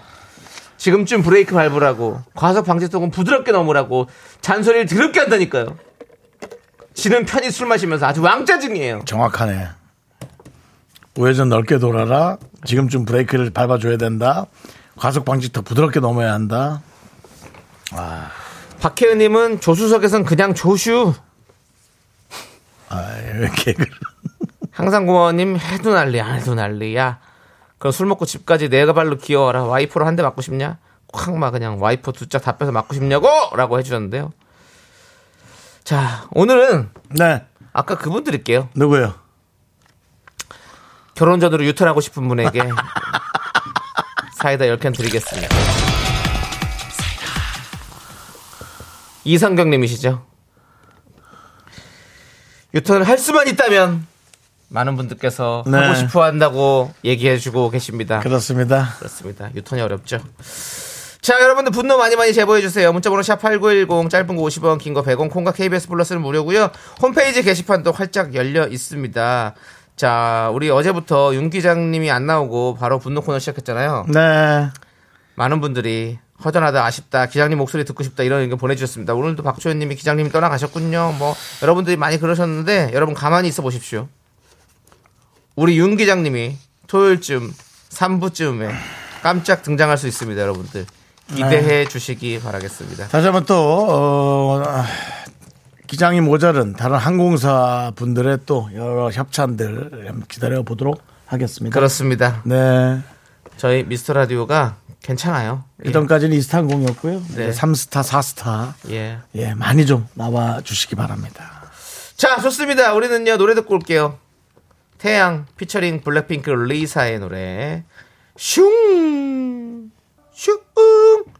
지금쯤 브레이크 밟으라고 과속 방지턱은 부드럽게 넘으라고 잔소리를 드럽게 한다니까요. 지는 편히 술 마시면서 아주 왕짜증이에요.
정확하네. 우회전 넓게 돌아라. 지금쯤 브레이크를 밟아줘야 된다. 과속 방지 더 부드럽게 넘어야 한다.
박혜은님은 조수석에선 그냥 조슈.
아, 이렇게.
항상 고마워님 해도 난리 안 해도 난리야. 그럼 술 먹고 집까지 내가 발로 기어와라. 와이프로 한 대 맞고 싶냐? 콱마 그냥 와이프 두 짝 다 빼서 맞고 싶냐고! 라고 해주셨는데요. 자 오늘은
네.
아까 그분 드릴게요.
누구요?
결혼 전으로 유턴하고 싶은 분에게 사이다 10캔 드리겠습니다. 이상경님이시죠? 유턴을 할 수만 있다면 많은 분들께서
네.
하고 싶어 한다고 얘기해주고 계십니다.
그렇습니다.
그렇습니다. 유턴이 어렵죠. 자, 여러분들 분노 많이 많이 제보해 주세요. 문자 번호 샵8910 짧은 거 50원, 긴 거 100원, 콩과 KBS 플러스는 무료고요. 홈페이지 게시판도 활짝 열려 있습니다. 자, 우리 어제부터 윤 기장님이 안 나오고 바로 분노 코너 시작했잖아요.
네.
많은 분들이 허전하다, 아쉽다, 기장님 목소리 듣고 싶다 이런 의견 보내주셨습니다. 오늘도 박초연님이 기장님이 떠나가셨군요. 뭐 여러분들이 많이 그러셨는데 여러분 가만히 있어 보십시오. 우리 윤 기장님이 토요일쯤 3부쯤에 깜짝 등장할 수 있습니다, 여러분들. 기대해 주시기 바라겠습니다.
다시 한번 또, 어, 아, 기장이 모자른 다른 항공사 분들의 또 여러 협찬들 기다려 보도록 하겠습니다.
그렇습니다.
네.
저희 미스터 라디오가 괜찮아요. 예.
이전까지는 이스타 항공이었고요.
네.
3스타, 4스타.
예.
예, 많이 좀 나와 주시기 바랍니다.
자, 좋습니다. 우리는요, 노래 듣고 올게요. 태양, 피처링 블랙핑크 리사의 노래. 슝! 슝!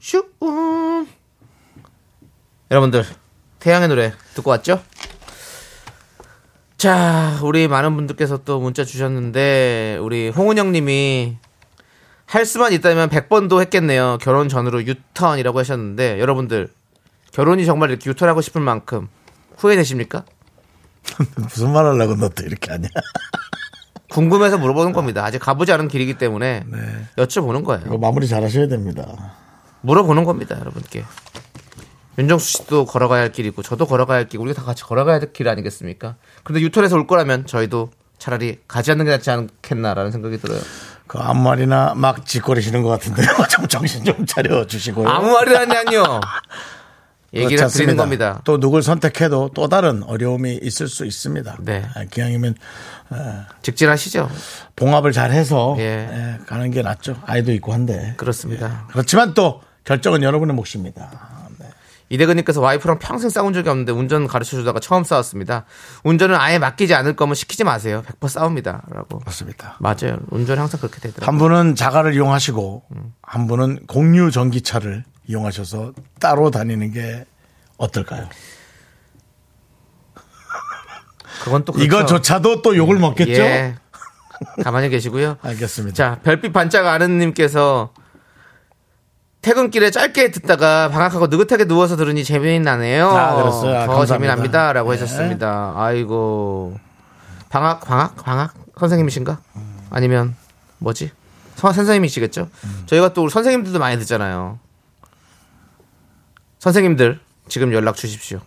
슝! 여러분들, 태양의 노래 듣고 왔죠? 자, 우리 많은 분들께서 또 문자 주셨는데, 우리 홍은영 님이 할 수만 있다면 100번도 했겠네요. 결혼 전으로 유턴이라고 하셨는데, 여러분들, 결혼이 정말 이렇게 유턴하고 싶을 만큼 후회되십니까?
무슨 말 하려고 너 또 이렇게 하냐.
궁금해서 물어보는 겁니다. 아직 가보지 않은 길이기 때문에
네.
여쭤보는 거예요.
이거 그 마무리 잘 하셔야 됩니다.
물어보는 겁니다, 여러분께. 윤정수 씨도 걸어가야 할 길이고 저도 걸어가야 할 길, 우리가 다 같이 걸어가야 될 길 아니겠습니까? 근데 유턴에서 올 거라면 저희도 차라리 가지 않는 게 낫지 않겠나라는 생각이 들어요.
그 아무 말이나 막 짓거리시는 것 같은데요. 좀 정신 좀 차려 주시고요.
아무 말이나 하냐뇨. 얘기를
그렇지
드리는
않습니다.
겁니다.
또 누굴 선택해도 또 다른 어려움이 있을 수 있습니다.
네.
아, 기왕이면
직진하시죠.
봉합을 잘 해서
예.
예, 가는 게 낫죠. 아이도 있고 한데.
그렇습니다.
그렇지만 또 결정은 여러분의 몫입니다.
이대근님께서 와이프랑 평생 싸운 적이 없는데 운전 가르쳐 주다가 처음 싸웠습니다. 운전은 아예 맡기지 않을 거면 시키지 마세요. 100% 싸웁니다. 라고.
그렇습니다.
맞아요. 운전 은 항상 그렇게 되더라고요.
한 분은 자가를 이용하시고 한 분은 공유 전기차를 이용하셔서 따로 다니는 게 어떨까요?
그건 또 그렇죠.
이거조차도 또 욕을 먹겠죠? 아,
예. 가만히 계시고요.
알겠습니다.
자, 별빛 반짝 아는님께서 퇴근길에 짧게 듣다가 방학하고 느긋하게 누워서 들으니 재미는 나네요.
아, 그랬어요? 아,
더
감사합니다.
재미납니다라고
예.
하셨습니다. 아이고 방학 방학 방학 선생님이신가? 아니면 뭐지? 서- 선생님이시겠죠?
음.
저희가 또 우리 선생님들도 많이 듣잖아요. 선생님들 지금 연락 주십시오.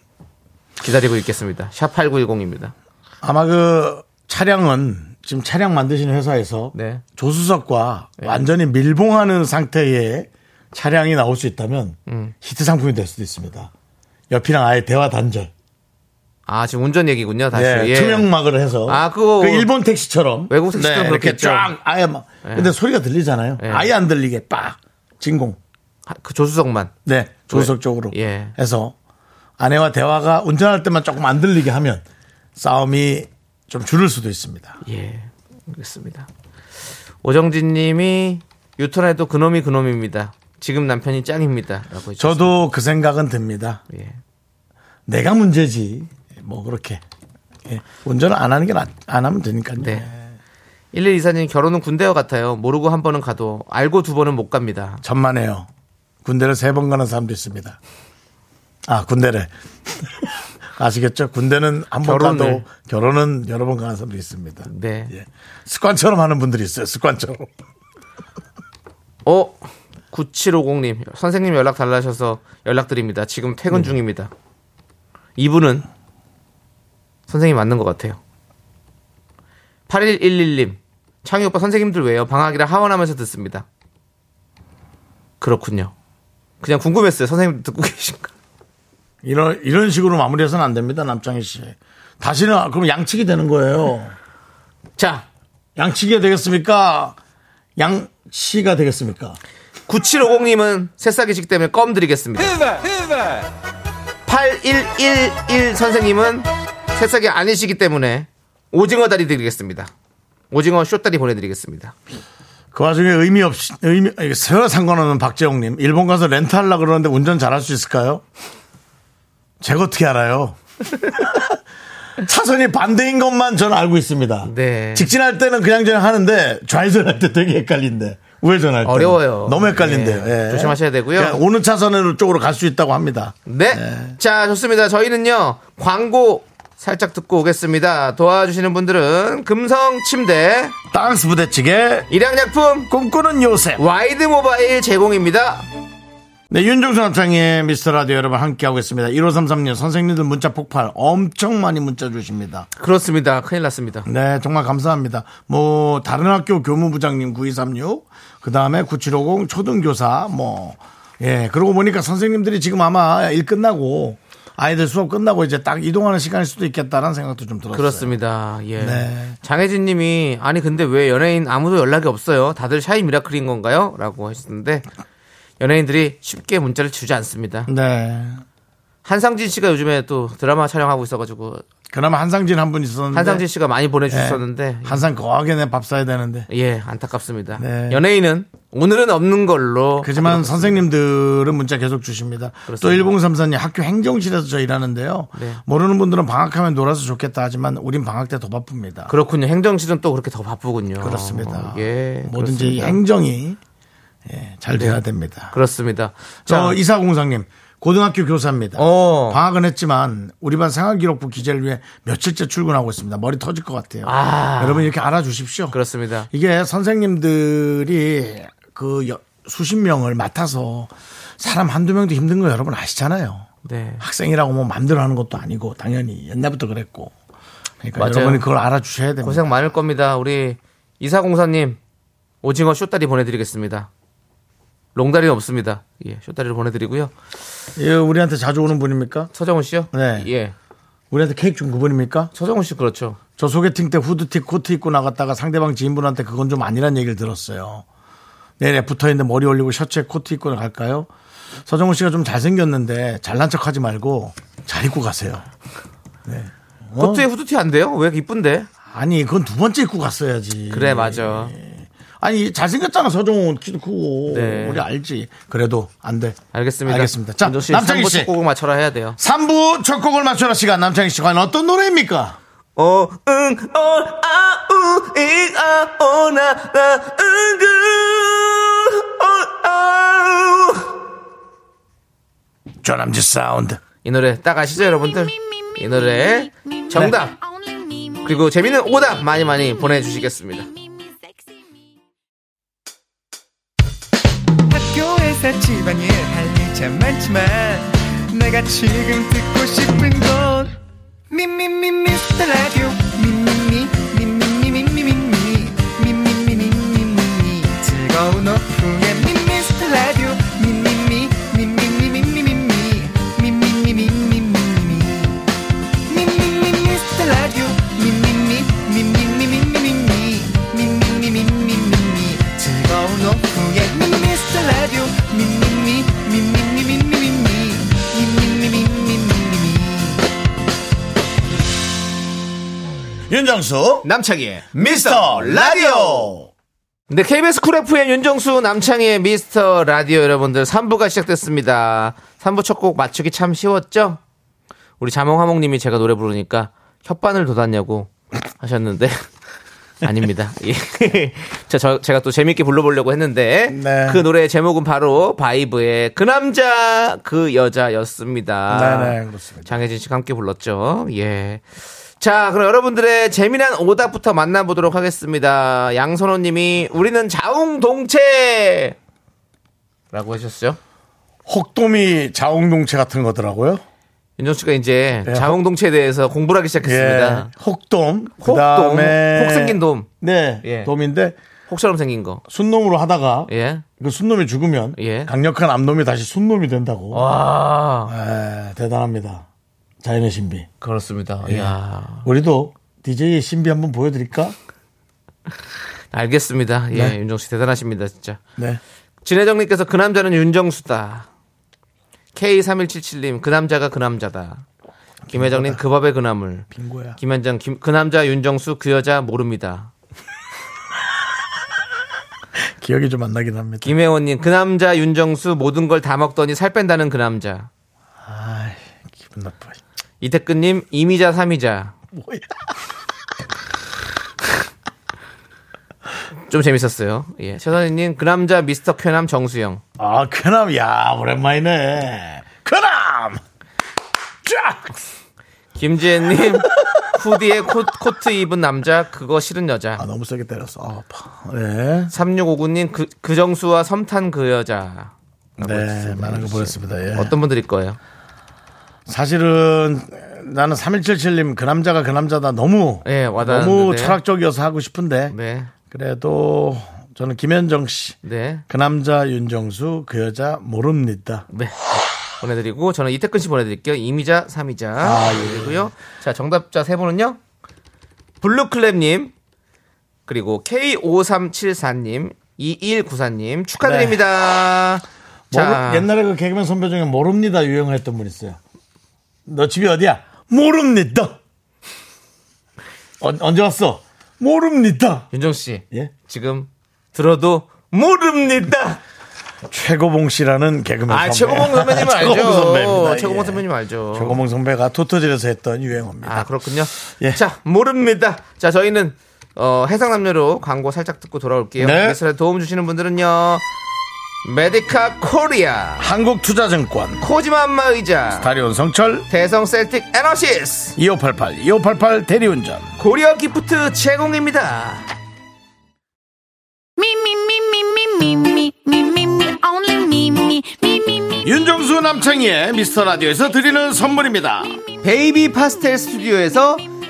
기다리고 있겠습니다. 샵 8910입니다.
아마 그 차량은 지금 차량 만드시는 회사에서
네.
조수석과 완전히 밀봉하는 상태의 차량이 나올 수 있다면
음.
히트 상품이 될 수도 있습니다. 옆이랑 아예 대화 단절.
아 지금 운전 얘기군요. 다시
예,
예.
투명막을 해서
아, 그거-
그 일본 택시처럼 네,
외국 택시처럼
이렇게
그렇겠죠.
쫙 아예 막 근데 소리가 들리잖아요.
예.
아예 안 들리게 빡 진공.
아, 그 조수석만.
네, 조수석 쪽으로
예.
해서 아내와 대화가 운전할 때만 조금 안 들리게 하면 싸움이 좀 줄을 수도 있습니다.
예, 알겠습니다. 오정진 님이 유턴해도 그놈이 그놈입니다. 지금 남편이 짱입니다. 라고 해주셨어요.
저도 그 생각은 듭니다.
예.
내가 문제지. 뭐 그렇게 예. 운전을 안 하는 게 안 하면 되니까요.
네. 1124님 결혼은 군대와 같아요. 모르고 한 번은 가도 알고 두 번은 못 갑니다.
천만에요. 군대를 세 번 가는 사람도 있습니다. 아 군대래. 아시겠죠? 군대는 한 번
결혼을.
가도 결혼은 여러 번 가는 사람도 있습니다.
네.
예. 습관처럼 하는 분들이 있어요. 습관처럼.
어? 9750님 선생님 연락 달라셔서 연락드립니다. 지금 퇴근 중입니다. 이분은 선생님 맞는 것 같아요. 8111님 창희 오빠 선생님들 왜요? 방학이라 하원하면서 듣습니다. 그렇군요. 그냥 궁금했어요. 선생님 듣고 계신가?
이런 이런 식으로 마무리해서는 안 됩니다, 남창희 씨. 다시는 아, 그럼 양측이 되는 거예요.
자,
양측이 되겠습니까? 양씨가 되겠습니까?
9750님은 새싹이시기 때문에 껌 드리겠습니다. 8111 선생님은 새싹이 아니시기 때문에 오징어 다리 드리겠습니다. 오징어 쇼다리 보내드리겠습니다.
그 와중에 의미 없이 의미 서로 상관없는 박재홍님 일본 가서 렌트하려 그러는데 운전 잘할 수 있을까요? 제가 어떻게 알아요? 차선이 반대인 것만 저는 알고 있습니다.
네.
직진할 때는 그냥 저냥 하는데 좌회전할 때 되게 헷갈린데 우회전할 때
어려워요.
너무 헷갈린대요.
네.
예.
조심하셔야 되고요.
그냥 오는 차선으로 쪽으로 갈 수 있다고 합니다. 예.
네. 자, 좋습니다. 저희는요, 광고 살짝 듣고 오겠습니다. 도와주시는 분들은 금성 침대,
땅스 부대찌개
일양약품,
꿈꾸는 요새.
와이드 모바일 제공입니다.
네, 윤종수 남창의 미스터 라디오 여러분 함께하고 있습니다. 1533년 선생님들 문자 폭발 엄청 많이 문자 주십니다.
그렇습니다. 큰일 났습니다.
네, 정말 감사합니다. 뭐, 다른 학교 교무부장님 9236, 그 다음에 9750 초등교사, 뭐, 예, 그러고 보니까 선생님들이 지금 아마 일 끝나고 아이들 수업 끝나고 이제 딱 이동하는 시간일 수도 있겠다라는 생각도 좀 들었어요.
그렇습니다. 예.
네.
장혜진 님이, 아니, 근데 왜 연예인 아무도 연락이 없어요? 다들 샤이 미라클인 건가요? 라고 하셨는데, 연예인들이 쉽게 문자를 주지 않습니다.
네.
한상진 씨가 요즘에 또 드라마 촬영하고 있어가지고,
그나마 한상진 한 분 있었는데. 예,
한상진 씨가 많이 보내주셨었는데,
네. 한상 거하게 내 밥 사야 되는데.
예, 안타깝습니다.
네.
연예인은 오늘은 없는 걸로.
그렇지만
하도록
선생님들은 문자 계속 주십니다.
어, 그렇습니다.
또 1034님 학교 행정실에서 저 일하는데요.
네.
모르는 분들은 방학하면 놀아서 좋겠다 하지만 우린 방학 때 더 바쁩니다.
그렇군요. 행정실은 또 그렇게 더 바쁘군요.
그렇습니다.
예.
뭐든지 이
그렇습니다. 네.
행정이 예, 잘 돼야 됩니다.
그렇습니다.
저
자,
이사공사님 고등학교 교사입니다.
어.
방학은 했지만 우리 반 생활기록부 기재를 위해 며칠째 출근하고 있습니다. 머리 터질 것 같아요.
아.
여러분 이렇게 알아주십시오.
그렇습니다.
이게 선생님들이 그 여- 수십 명을 맡아서 사람 한두 명도 힘든 거 여러분 아시잖아요.
네.
학생이라고 뭐 마음대로 하는 것도 아니고 당연히 옛날부터 그랬고. 그러니까
맞아요.
여러분이 그걸 알아주셔야 됩니다.
고생 많을 겁니다. 우리 이사공사님 오징어 쇼다리 보내드리겠습니다. 롱다리는 없습니다. 예, 쇼다리를 보내드리고요.
예, 우리한테 자주 오는 분입니까?
서정훈 씨요?
네.
예.
우리한테 케이크 준 그분입니까?
서정훈 씨 그렇죠.
저 소개팅 때 후드티 코트 입고 나갔다가 상대방 지인분한테 그건 좀 아니란 얘기를 들었어요. 네네 붙어 있는데 머리 올리고 셔츠에 코트 입고 나갈까요? 서정훈 씨가 좀 잘생겼는데 잘난 척하지 말고 잘 입고 가세요. 어?
코트에 후드티 안 돼요? 왜 이쁜데?
아니 그건 두 번째 입고 갔어야지.
그래 맞아.
아니 잘생겼잖아 서정훈 키도 크고
네.
우리 알지. 그래도 안 돼.
알겠습니다.
알겠습니다. 자
윤정 씨,
남창희
선거
씨.
축구곡 맞춰라 해야 돼요.
3부 첫 곡을 맞춰라 시간 남창희 씨과 어떤 노래입니까?
어, 응, 어, 아, 우, 이, 아, 오, 나, 나, 응, 그, 어, 아, 우.
조남지 사운드.
이 노래 딱 아시죠, 여러분들? 이 노래 정답, 그리고 재밌는 오답 많이 많이 보내주시겠습니다.
학교에서 집안일 할 일 참 많지만 내가 지금 듣고 싶은 건 미미미 미스터 라디오 미미미 미미미 미미미 미미미 미미미 즐거운 오후에 미스터 라디오 미미미 미미미 미미미 미미미 미미미
윤정수
남창희의
미스터 라디오.
네, KBS 쿨 FM 윤정수 남창희의 미스터 라디오 여러분들 3부가 시작됐습니다. 3부 첫 곡 맞추기 참 쉬웠죠? 우리 자몽하몽님이 제가 노래 부르니까 혓바늘 돋았냐고 하셨는데 아닙니다. 예. 자, 저, 제가 또 재밌게 불러보려고 했는데
네.
그 노래의 제목은 바로 바이브의 그 남자 그 여자였습니다.
네네, 그렇습니다.
장혜진 씨가 함께 불렀죠. 예. 자, 그럼 여러분들의 재미난 오답부터 만나보도록 하겠습니다. 양선호 님이 우리는 자웅동체! 라고 하셨어요.
혹돔이 자웅동체 같은 거더라고요.
윤정 씨가 이제
네,
자웅동체에 대해서 공부를 하기 시작했습니다.
예, 혹돔.
혹돔,
그다음에
혹 생긴 돔.
네,
예.
돔인데
혹처럼 생긴 거.
순놈으로 하다가
예.
그 순놈이 죽으면
예. 어,
강력한 암놈이 다시 순놈이 된다고.
와.
에, 예, 대단합니다. 자연의 신비. 아,
그렇습니다.
예.
이야.
우리도 DJ의 신비 한번 보여드릴까?
알겠습니다. 예,
네.
윤정 씨 대단하십니다, 진짜.
네.
진혜정님께서 그 남자는 윤정수다. K3177님, 그 남자가 그 남자다.
예.
김혜정님, 그 밥의 그 나물.
빙고야.
김현정, 김, 그 남자 윤정수, 그 여자 모릅니다.
기억이 좀 안 나긴 합니다.
김혜원님, 그 남자 윤정수 모든 걸 다 먹더니 살 뺀다는 그 남자.
아이, 기분 나빠.
이태근님, 이미자, 삼이자.
뭐야.
좀 재밌었어요. 예. 최선희님, 그 남자 미스터 쾌남 정수영.
아, 큰암. 야, 오랜만이네. 큰암! 쫙!
김지혜님, 후디에 코, 코트 입은 남자, 그거 싫은 여자.
아, 너무 세게 때렸어. 아, 아파. 네.
3659님 그, 그 정수와 섬탄 그 여자
네, 많은 거 보였습니다. 예.
아, 어떤 분들일 거예요?
사실은 나는 3177님 그 남자가 그 남자다 너무
예, 와닿았는데.
너무 철학적이어서 하고 싶은데
네,
그래도 저는 김현정 씨.
네,
그 남자 윤정수 그 여자 모릅니다.
네 보내드리고 저는 이태근 씨 보내드릴게요. 이미자, 삼이자
아, 예.
그리고요. 자 정답자 세 분은요. 블루클랩님 그리고 K5374님 2194님 축하드립니다. 자
모르- 네. 옛날에 그 개그맨 선배 중에 모릅니다 유행을 했던 분 있어요. 너 집이 어디야? 모릅니다. 언, 언제 왔어? 모릅니다.
윤정 씨
예?
지금 들어도 모릅니다.
최고봉 씨라는 개그맨
아
선배.
최고봉 선배님 알죠?
최고봉 선배입니다.
최고봉
예.
선배님 알죠?
최고봉 선배가 토토질에서 했던 유행어입니다.
아 그렇군요.
예.
자 모릅니다. 자 저희는 어, 해상남녀로 광고 살짝 듣고 돌아올게요.
네.
미스터에 도움 주시는 분들은요. 메디카 코리아,
한국투자증권
코지마 안마 의자,
다리온 성철
대성 셀틱 에너시스,
2588 2588 대리운전
고려 기프트 제공입니다.
Me, me, me, me, me, me, me, me, me, me, only me, me, me, me, me.
윤정수 남창희의 미스터 라디오에서 드리는 선물입니다.
베이비 파스텔 스튜디오에서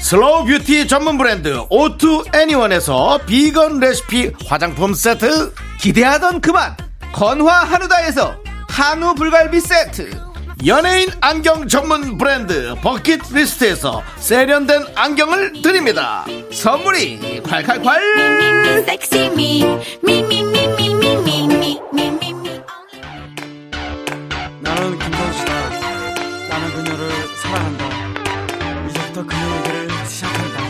슬로우 뷰티 전문 브랜드 오투 애니원에서 비건 레시피 화장품 세트
기대하던 그만 건화 한우다에서 한우 불갈비 세트
연예인 안경 전문 브랜드 버킷리스트에서 세련된 안경을 드립니다.
선물이 콸콸콸
Sexy me, me, me, me, me, me, me, me, me, me, me, only
나는 김선수다. 나는 그녀를 사랑한다. 이제부터 그녀에게를 시작한다.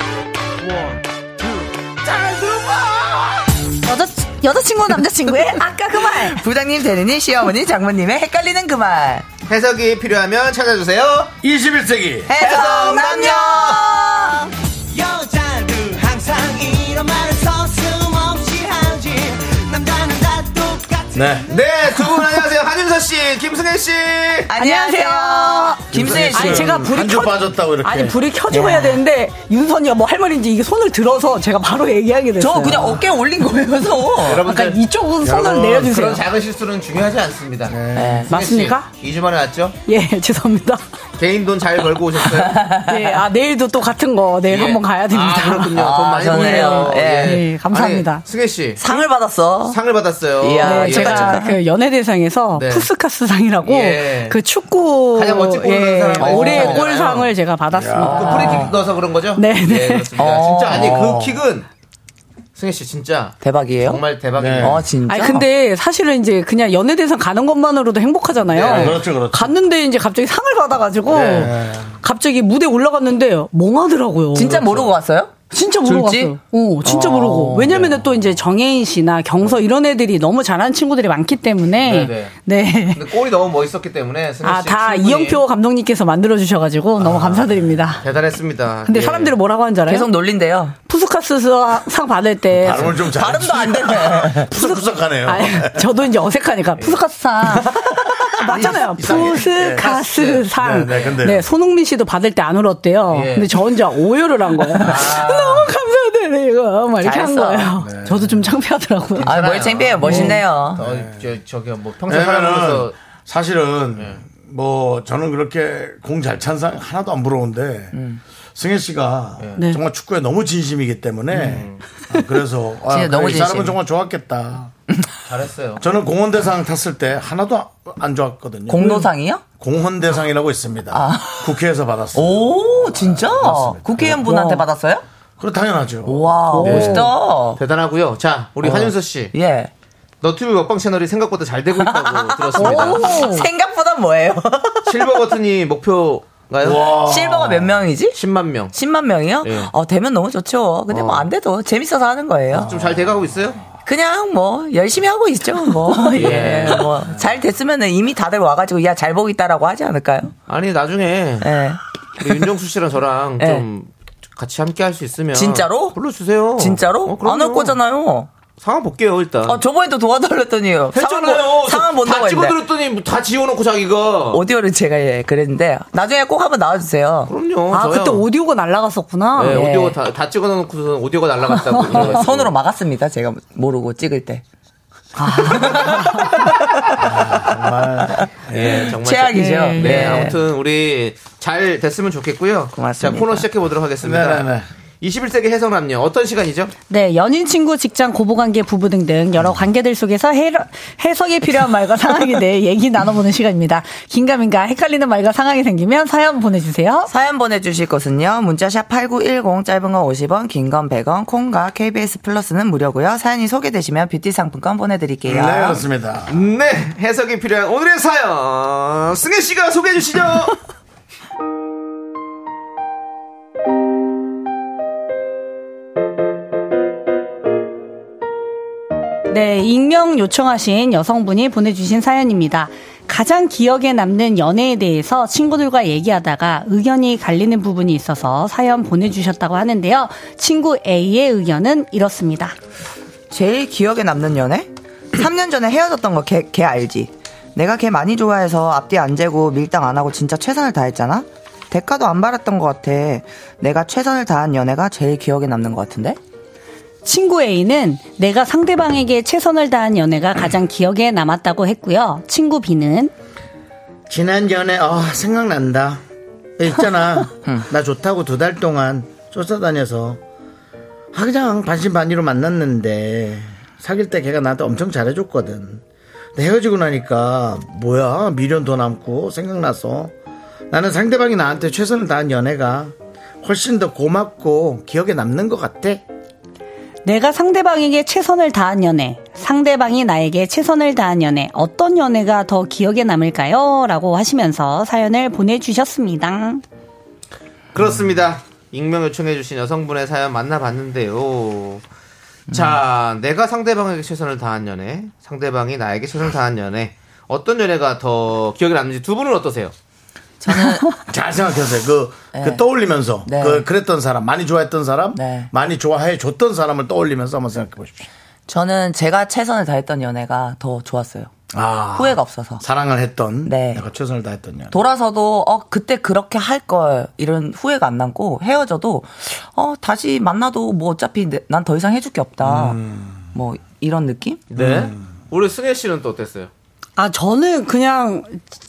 원, 투.
여자 여자친구 남자친구의 아까 그 말. 부장님 대리님 시어머니 장모님의 헷갈리는 그 말.
해석이 필요하면 찾아주세요
21세기
해성 남녀.
여자들 항상 이런 말을 서슴없이 하지. 남자는 다 똑같이.
네
네 두 분 안녕하세요 한윤서씨 김승혜씨
아,
안녕하세요.
김승혜
아니 제가 불이
한주
켜
빠졌다고 이렇게
아니 불이 켜지고 해야 되는데 윤선이가 뭐 할머니인지 이게 손을 들어서 제가 바로 얘기하게 됐어요.
저 그냥 어깨 올린 거예요, 서.
아까 이쪽은 손을 내려주세요.
그런 작은 실수는 중요하지 않습니다
네, 맞습니까?
2주 만에 왔죠?
예, 죄송합니다.
개인 돈 잘 벌고 오셨어요?
예, 아 내일도 또 같은 거 내일
예.
한번 가야 됩니다.
아, 그렇군요 돈
아,
많이
좋네요.
벌네요
예.
예, 감사합니다.
승혜씨
상을 받았어.
상을 받았어요
이야,
네,
예.
제가
잠깐, 잠깐.
그 연예대상에서
네.
푸스카스상이라고
예.
그 축구 예,
가장 멋진 골을 넣은 사람
올해의
상이잖아요.
골상을 제가 받았습니다.
그 프리킥 넣어서 그런 거죠?
아. 네, 네.
예, 그렇습니다.
어.
진짜 아니 그 킥은 승혜 씨 진짜
대박이에요.
정말 대박이에요.
네.
어, 진짜.
아니 근데 사실은 이제 그냥 연예대상 가는 것만으로도 행복하잖아요.
네, 그렇죠, 그렇죠.
갔는데 이제 갑자기 상을 받아가지고
네.
갑자기 무대 올라갔는데 멍하더라고요.
진짜 모르고 왔어요?
진짜 모르고
졸지?
갔어요. 어, 진짜
아,
모르고. 왜냐면
네.
또 이제 정혜인 씨나 경서 이런 애들이 너무 잘하는 친구들이 많기 때문에
네,
네.
근데 골이 너무 멋있었기 때문에 승혜 씨
아 다
충분히
이영표 감독님께서 만들어 주셔가지고 너무 감사드립니다.
대단했습니다.
근데
예.
사람들이 뭐라고 하는 줄 알아요?
계속 놀린대요.
푸스카스 상 받을 때
발음을 좀 잘.
발음도 안 되네.
푸석푸석하네요.
아니, 저도 예. 이제 어색하니까 푸스카스상
맞잖아요.
이상해. 예. 네,
부스카스상.
네,
네,
근데요.
손흥민씨도 받을 때 안 울었대요.
예.
근데 저 혼자 오열을 한 거예요. 너무 감사드려요, 이거. 막 이렇게 한
아. 잘했어. 네.
거예요. 저도 좀 창피하더라고요.
아, 뭘 창피해요.
뭐.
멋있네요.
어, 저, 저기 뭐 평생
왜냐면은
살아보면서
사실은 뭐 저는 그렇게 공 잘 찬 사람 하나도 안 부러운데
음.
승혜 씨가
네.
정말 축구에 너무 진심이기 때문에 아, 그래서 아,
진짜 너무
그래, 이 사람은
진심.
정말 좋았겠다.
잘했어요.
저는 공헌대상 탔을 때 하나도 안 좋았거든요.
공로상이요?
그
아.
공헌대상이라고 있습니다. 국회에서 받았어요.
오, 진짜? 국회의원 분한테
와.
받았어요?
그럼 당연하죠.
와,
네.
멋있다.
대단하고요. 자, 우리 한윤서 씨.
예.
너튜브 먹방 채널이 생각보다 잘 되고 있다고 들었습니다.
아, 생각보다 뭐예요?
실버 버튼이 목표가요?
실버가 몇 명이지?
10만 명.
10만 명이요?
어. 예.
어, 되면 너무 좋죠. 근데 뭐 안 돼도 재밌어서 하는 거예요.
좀 잘 돼가고 있어요?
그냥 뭐 열심히 하고 있죠. 뭐. 예. 뭐. 잘 됐으면은 이미 다들 와가지고 야, 잘 보고 있다라고 하지 않을까요?
아니, 나중에
예.
우리 윤정수 씨랑 저랑
예.
좀 같이 함께 할 수 있으면.
진짜로?
불러주세요.
진짜로?
어, 그럼요.
안 올 거잖아요.
상황 볼게요, 일단.
어, 저번에도 도와달랬더니 상황
했잖아요.
보- 상황
다
본다고
찍어
했는데.
들었더니 뭐다 지워놓고 자기가.
오디오를 제가 예, 그랬는데 나중에 꼭 한번 나와주세요.
그럼요.
아,
저요.
그때 오디오가 날라갔었구나.
네,
예.
오디오 다, 다 찍어놓고서 오디오가 날라갔다고. 이래가지고.
손으로 막았습니다. 제가 모르고 찍을 때.
아.
예, 정말.
최악이죠.
네,
네.
아무튼 우리 잘 됐으면 좋겠고요.
고맙습니다.
자, 코너 시작해 보도록 하겠습니다.
네네네.
21세기 해성남녀 어떤 시간이죠?
네, 연인, 친구, 직장, 고부관계, 부부 등등 여러 관계들 속에서 해, 해석이 필요한 말과 상황에 대해 얘기 나눠보는 시간입니다. 긴가민가 헷갈리는 말과 상황이 생기면 사연 보내주세요.
사연 보내주실 것은요. 문자샵 8910 짧은 건 50원, 긴 건 100원, 콩과 KBS 플러스는 무료고요. 사연이 소개되시면 뷰티 상품권
네,
보내드릴게요.
그렇습니다.
네, 해석이 필요한 오늘의 사연 승혜 씨가 소개해 주시죠.
네, 익명 요청하신 여성분이 보내주신 사연입니다. 가장 기억에 남는 연애에 대해서 친구들과 얘기하다가 의견이 갈리는 부분이 있어서 사연 보내주셨다고 하는데요. 친구 A의 의견은 이렇습니다.
제일 기억에 남는 연애? 3년 전에 헤어졌던 거 걔 알지? 내가 걔 많이 좋아해서 앞뒤 안 재고 밀당 안 하고 진짜 최선을 다했잖아? 대가도 안 받았던 것 같아. 내가 최선을 다한 연애가 제일 기억에 남는 것 같은데?
친구 A는 내가 상대방에게 최선을 다한 연애가 가장 기억에 남았다고 했고요. 친구 B는
지난 연애 아 생각난다 그 있잖아
음.
나 좋다고 두 달 동안 쫓아다녀서 아 그냥 반신반의로 만났는데 사귈 때 걔가 나한테 엄청 잘해줬거든 근데 헤어지고 나니까 뭐야 미련 더 남고 생각나서 나는 상대방이 나한테 최선을 다한 연애가 훨씬 더 고맙고 기억에 남는 것 같아
내가 상대방에게 최선을 다한 연애, 상대방이 나에게 최선을 다한 연애, 어떤 연애가 더 기억에 남을까요? 라고 하시면서 사연을 보내주셨습니다.
그렇습니다. 익명 요청해 주신 여성분의 사연 만나봤는데요. 자, 내가 상대방에게 최선을 다한 연애, 상대방이 나에게 최선을 다한 연애. 어떤 연애가 더 기억에 남는지 두 분은 어떠세요?
잘 생각해보세요 그, 그
네.
떠올리면서
네.
그, 그랬던 사람 많이 좋아했던 사람
네.
많이 좋아해 줬던 사람을 떠올리면서 한번 생각해보십시오
저는 제가 최선을 다했던 연애가 더 좋았어요.
아.
후회가 없어서.
사랑을 했던
네.
내가 최선을 다했던 연
돌아서도 어 그때 그렇게 할 걸 이런 후회가 안 남고 헤어져도 어 다시 만나도 뭐 어차피 난 더 이상 해줄 게 없다
음.
뭐 이런 느낌
네. 우리 승혜 씨는 또 어땠어요?
아, 저는 그냥,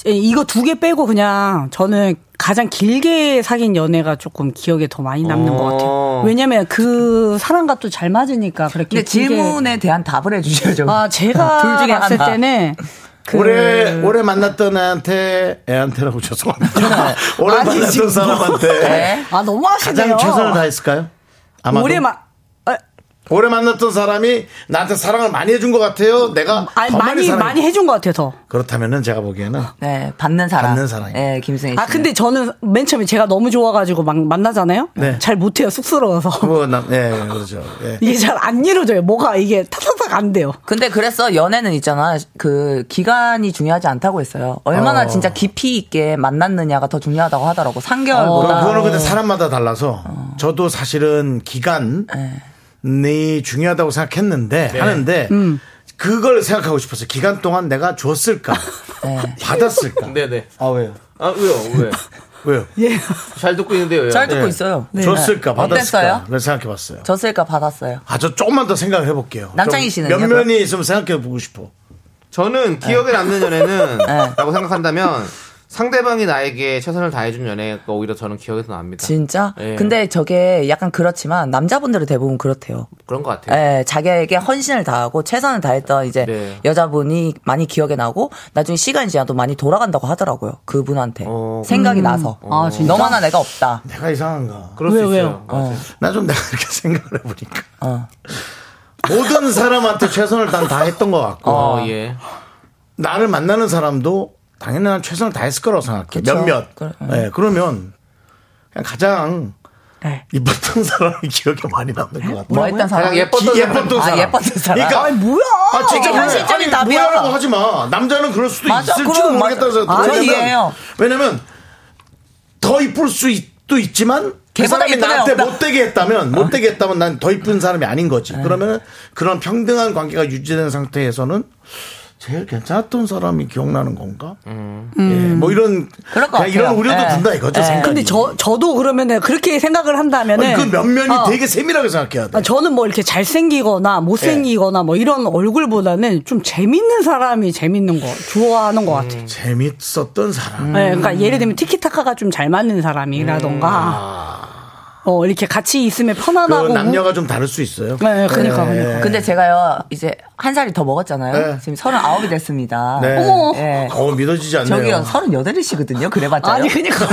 이거 두 개 빼고 그냥, 저는 가장 길게 사귄 연애가 조금 기억에 더 많이 남는 것
어.
같아요. 왜냐면 그 사람과 또 잘 맞으니까 그렇게.
근데
길게-
질문에 대한 답을 해주셔야죠
아, 제가
둘 중에
봤을
하나.
때는. 그-
올해 올해 만났던 애한테 애한테라고 죄송합니다. 올해
아니,
만났던
네. 지금
사람한테
네.
아, 너무 아시네요.
가장 최선을 다했을까요? 아마
올해 마, 아,
올해 만났던 사람이 나한테 사랑을 많이 해준 것 같아요. 내가
아니,
더 많이
많이,
사랑
많이 해준 것 같아요, 더.
그렇다면은 제가 보기에는
네 받는 사람
받는 사람이요.
네 김승희
아, 근데 저는 맨 처음에 제가 너무 좋아가지고 막 만나잖아요?
네.
잘 못해요, 쑥스러워서.
뭐 남, 예 그렇죠. 예.
이게 잘 안 이루어져요. 뭐가 이게 타타닥 안 돼요.
근데 그랬어 연애는 있잖아 그 기간이 중요하지 않다고 했어요 얼마나
어.
진짜 깊이 있게 만났느냐가 더 중요하다고
아,
하더라고
어, 그건-
3개월보다
그거는 근데 사람마다 달라서
어.
저도
네.
네.
음.
사실은 기간이 중요하다고 생각했는데 하는데 그걸 생각하고 싶었어요. 기간 동안 내가 줬을까?
네.
받았을까?
네네.
아, 왜요?
아 왜요 왜?
왜요?
예.
잘 듣고 있는데요. 예.
잘 듣고
네.
있어요.
줬을까? 받았을까?
어땠어요?
를 생각해 봤어요.
졌을까 받았어요.
아, 저 조금만 더 생각해 볼게요.
남창희 씨는요?
몇 면이 있으면 생각해 보고 싶어.
저는 기억에 남는 연애는라고 생각한다면 상대방이 나에게 최선을 다해준 연애가 오히려 저는 기억에서 납니다.
진짜?
예.
근데 저게 약간 그렇지만 남자분들은 대부분 그렇대요.
그런 것 같아요.
예, 자기에게 헌신을 다하고 최선을 다했던 이제
네.
여자분이 많이 기억에 나고 나중에 시간이 지나도 많이 돌아간다고 하더라고요. 그분한테. 생각이 나서.
아, 진짜?
너만한 애가 없다.
내가 이상한가?
그럴 수 있어요. 아,
나 좀 내가 이렇게 생각을 해보니까.
어.
모든 사람한테 최선을 난 다 했던 것 같고,
어, 예.
나를 만나는 사람도 당연히 난 최선을 다했을 거라고 생각해.
그쵸.
몇몇.
그래, 음.
예, 그러면 그냥 가장
네.
이뻤던 사람이 기억에 많이 남는 것 같아.
뭐 했던 사람?
가장 예뻤던
기-
사람.
예뻤던 사람.
아, 예뻤던 사람.
그러니까
아니, 뭐야!
아, 진짜
이게
그래.
현실적인
아니,
답이야.
뭐라고 하지 마. 남자는 그럴 수도
맞아,
있을지도
그럼,
모르겠다고 생각해.
맞아. 아,
왜냐면-
이해해요.
왜냐면 더 이쁠 수도 있지만 그
걔보다
사람이
이쁘네요.
나한테
나-
못되게 했다면 못되게 했다면 난 더 이쁜 사람이 아닌 거지.
네.
그러면은 그런 평등한 관계가 유지된 상태에서는 제일 괜찮았던 사람이 기억나는 건가? 예, 뭐 이런
그럴 것
그냥 이런
같아요.
우려도
예.
든다 이거죠.
예.
생각이.
근데 저 저도 그러면은 그렇게 생각을 한다면은
네. 아니, 그 면면이
어.
되게 세밀하게 생각해야 돼.
아, 저는 뭐 이렇게 잘생기거나 못생기거나 뭐 이런 얼굴보다는 좀 재밌는 사람이 재밌는 거 좋아하는 것 같아요.
재밌었던 사람.
네, 그러니까 예를 들면 티키타카가 좀 잘 맞는 사람이라던가 어, 이렇게 같이
음.
있으면
그
편안하고
남녀가 좀 다를 수 있어요.
네, 그러니까
네.
그러니까.
근데 제가요, 이제 한 살이 더 먹었잖아요.
네.
지금 서른 아홉이 됐습니다.
네.
어머.
예.
어 믿어지지 않네요.
저기요, 서른 여덟이시거든요. 그래봤자.
아니 그러니까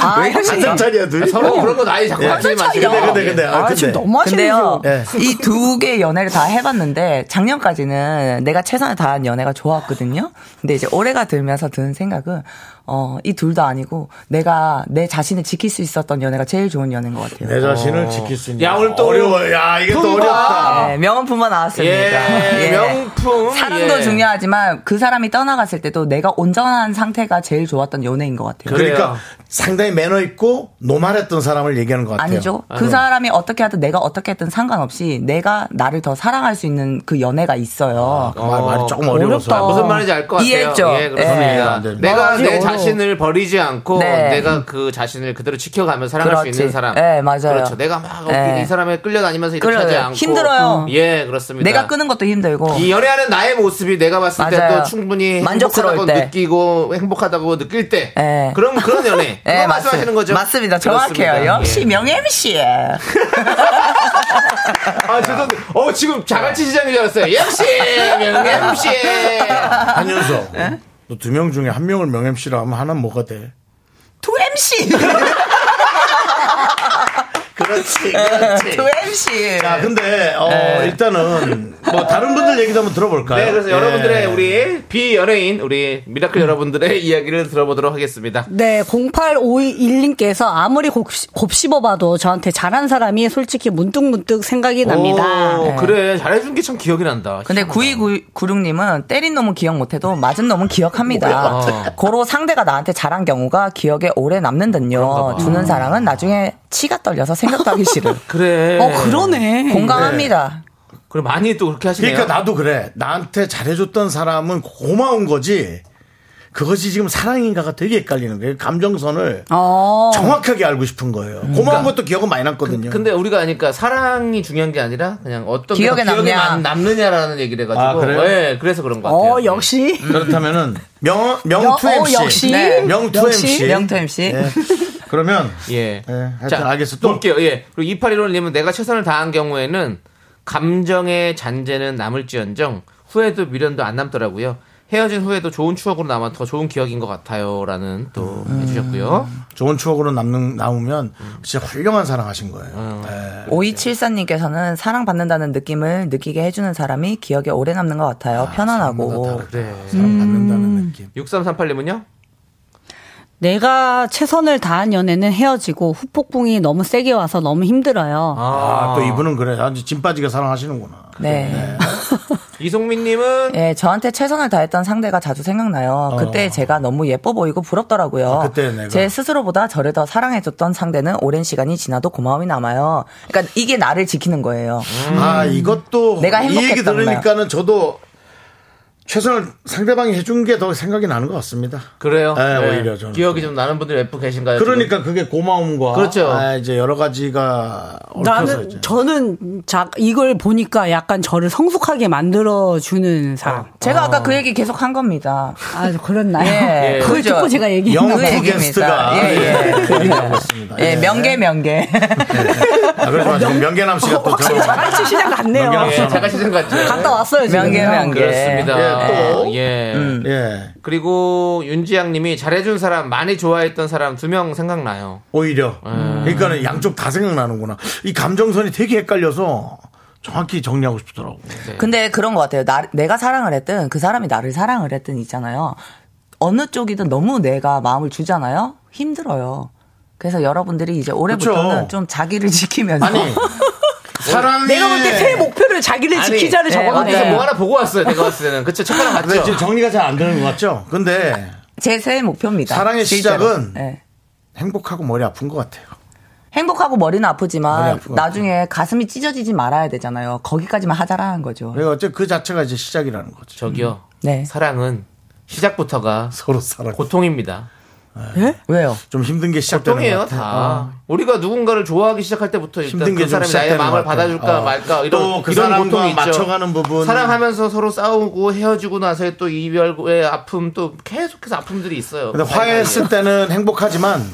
아,
왜 이러시죠?
한참 차이야 둘.
서로 그런 거 나이 자꾸
예.
같이 마시고.
네,
근데 근데 근데 아, 근데
너무
근데요,
하시네요.
예.
이 두 개의 연애를 다 해봤는데, 작년까지는 내가 최선을 다한 연애가 좋았거든요. 근데 이제 올해가 들면서 드는 생각은, 어, 이 둘 다 아니고, 내가 내 자신을 지킬 수 있었던 연애가 제일 좋은 연애인 것 같아요.
내 자신을 지킬 수 있는.
야, 오늘 또
어려워. 야 이게 어. 또
품바.
어렵다.
네, 명언 품어 나왔습니다.
예,
예.
명품.
사랑도
예.
중요하지만 그 사람이 떠나갔을 때도 내가 온전한 상태가 제일 좋았던 연애인 것 같아요.
그러니까
그래요.
상당히 매너 있고 노말했던 사람을 얘기하는 것 같아요.
아니죠.
네.
그 사람이 어떻게 하든 내가 어떻게 했든 상관없이 내가 나를 더 사랑할 수 있는 그 연애가 있어요.
그 말, 말이 조금
아,
어려워서.
무슨 말인지 알 것 같아요.
이해했죠?
예, 그렇습니다.
예.
내가
아,
내
어려워.
자신을 버리지 않고
네.
내가 그 자신을 그대로 지켜가면서 사랑할
그렇지.
수 있는 사람.
예, 맞아요.
그렇죠. 내가 막
예.
이 사람에 끌려다니면서 이렇게
끌려요.
하지 않고
힘들어요.
예, 그렇습니다.
네. 내가 끄는 것도 힘들고.
이 연애하는 나의 모습이 내가 봤을 때
맞아요.
또 충분히
만족스러울
행복하다고
때.
느끼고 행복하다고 느낄 때
예.
그런 그런 연애
예,
그거
맞습-
말씀하시는 거죠?
맞습니다. 정확해요.
그렇습니다. 예.
역시 명 MC예요.
아, 죄송합니다. 어, 지금 자갈치 시장인 줄 알았어요. MC! MC!
한윤서. 네? 너두 명 중에 한 명을 명MC라 하면 하나는 뭐가 돼?
두 MC.
그렇지, 그렇지.
두 MC.
자, 네. 근데 어, 일단은 뭐 다른 분들 얘기도 한번 들어볼까요?
네, 그래서
예.
여러분들의 우리 비연예인, 우리 미라클 여러분들의 이야기를 들어보도록 하겠습니다.
네, 08521님께서 아무리 곱씹- 곱씹어봐도 저한테 잘한 사람이 솔직히 문득문득 생각이 납니다.
오, 그래. 잘해준 게 참 기억이 난다.
네. 근데 9296님은 때린 놈은 기억 못해도 맞은 놈은
아.
기억합니다. 고로 상대가 나한테 잘한 경우가 기억에 오래 남는군요.
음.
주는 사랑은 나중에 치가 떨려서 생각도 하기 싫어요.
그래.
어, 그러네.
공감합니다.
그럼 많이 또 그렇게 하시네요.
그러니까 나도 그래. 나한테 잘해줬던 사람은 고마운 거지. 그것이 지금 사랑인가가 되게 헷갈리는 거예요. 감정선을
어. 음. 그러니까
정확하게 알고 싶은 거예요. 고마운 것도 기억은 많이
그,
남거든요.
근데 우리가 아니까 사랑이 중요한 게 아니라 그냥 어떤
기억에
게더 기억에
남냐.
남- 남느냐라는 얘기를 해가지고
아, 그래요?
예, 그래서 그런 것 같아요.
네,
어, 역시.
음. 그렇다면은 명
여-
명투
어,
MC
역시.
네.
명투
역시.
MC
명투 MC.
예. 그러면
예.
예, 하여튼 알겠어. 또.
볼게요. 예. 그리고 2815님은 내가 최선을 다한 경우에는 감정의 잔재는 남을지언정 후회도 미련도 안 남더라고요. 헤어진 후에도 좋은 추억으로 남아 더 좋은 기억인 것 같아요라는 또
음.
해주셨고요.
좋은 추억으로 남는 남으면 진짜 훌륭한 사랑하신 거예요. 예.
5274님께서는 사랑받는다는 느낌을 느끼게 해주는 사람이 기억에 오래 남는 것 같아요. 편안하고.
그래.
음.
사랑받는다는 느낌.
6338님은요?
내가 최선을 다한 연애는 헤어지고 후폭풍이 너무 세게 와서 너무 힘들어요.
아.
아, 또 이분은 그래. 아주 진 빠지게 사랑하시는구나.
네.
이송민님은
예, 저한테 최선을 다했던 상대가 자주 생각나요. 그때 제가 너무 예뻐 보이고 부럽더라고요.
아, 그때 내가.
제 스스로보다 저를 더 사랑해줬던 상대는 오랜 시간이 지나도 고마움이 남아요. 그러니까 이게 나를 지키는 거예요.
아 이것도
음. 내가
이 얘기
행복했던
들으니까는 저도 최선을 상대방이 해준 게 더 생각이 나는 것 같습니다.
그래요.
네, 오히려 저는
기억이 좀 나는 분들 F 계신가요?
그러니까 그게 고마움과
그렇죠.
아, 이제 여러 가지가 얽혀서 이제
나는 저는 자, 이걸 보니까 약간 저를 성숙하게 만들어 주는 사람.
제가 아까 그 얘기 계속 한 겁니다.
아 그렇나요?
예,
그걸
그죠.
듣고 제가 얘기했나
영국
그
봐요.
얘기입니다.
게스트가
예, 예.
예, 그 얘기하고 있습니다.
예, 명계 명계.
아, 그래서 지금 명계남 씨가 또
확실히
들어오고
잘할 시장 같네요.
명계
예, 제가 시즌 같죠.
갔다 왔어요 지금.
명계 명계.
그렇습니다.
예, 또.
예.
예,
그리고 윤지양님이 잘해준 사람 많이 좋아했던 사람 두 명 생각나요.
오히려
음.
그러니까는 양쪽 다 생각나는구나. 이 감정선이 되게 헷갈려서 정확히 정리하고 싶더라고.
예. 근데 그런 것 같아요. 나, 내가 사랑을 했든 그 사람이 나를 사랑을 했든 있잖아요. 어느 쪽이든 너무 내가 마음을 주잖아요. 힘들어요. 그래서 여러분들이 이제 올해부터는
그쵸.
좀 자기를 지키면서
아니 예. 사랑이
내가 볼 때 새해 목표를 자기를
아니,
지키자를
예,
적어놨네.
그래서
맞아요.
뭐 하나 보고 왔어요. 그렇죠. 내가 봤을 때는 그쵸 책가랑
근데
맞죠.
지금 정리가 잘 안 되는 것 같죠? 근데
제 새해 목표입니다.
사랑의
실제로.
시작은
예.
행복하고 머리 아픈 것 같아요.
행복하고 머리는
머리
아프지만
아프고.
나중에 가슴이 찢어지지 말아야 되잖아요. 거기까지만 하자라는 거죠.
그리고 어째 그 자체가 이제 시작이라는 거죠.
저기요.
네.
사랑은 시작부터가
서로 사랑.
고통입니다.
왜요?
좀 힘든 게 시작되는 것
고통이에요
같아요.
다. 어. 우리가 누군가를 좋아하기 시작할 때부터 일단
힘든 게
그
좀
사람이 나의
시작되는
마음을
것 같아요.
받아줄까
어.
말까 이런
또그
이런
사람과
고통이 있죠.
맞춰가는 부분.
사랑하면서 서로 싸우고 헤어지고 나서의 또 이별의 아픔 또 계속해서 아픔들이 있어요. 예,
근데 화해했을 때는 행복하지만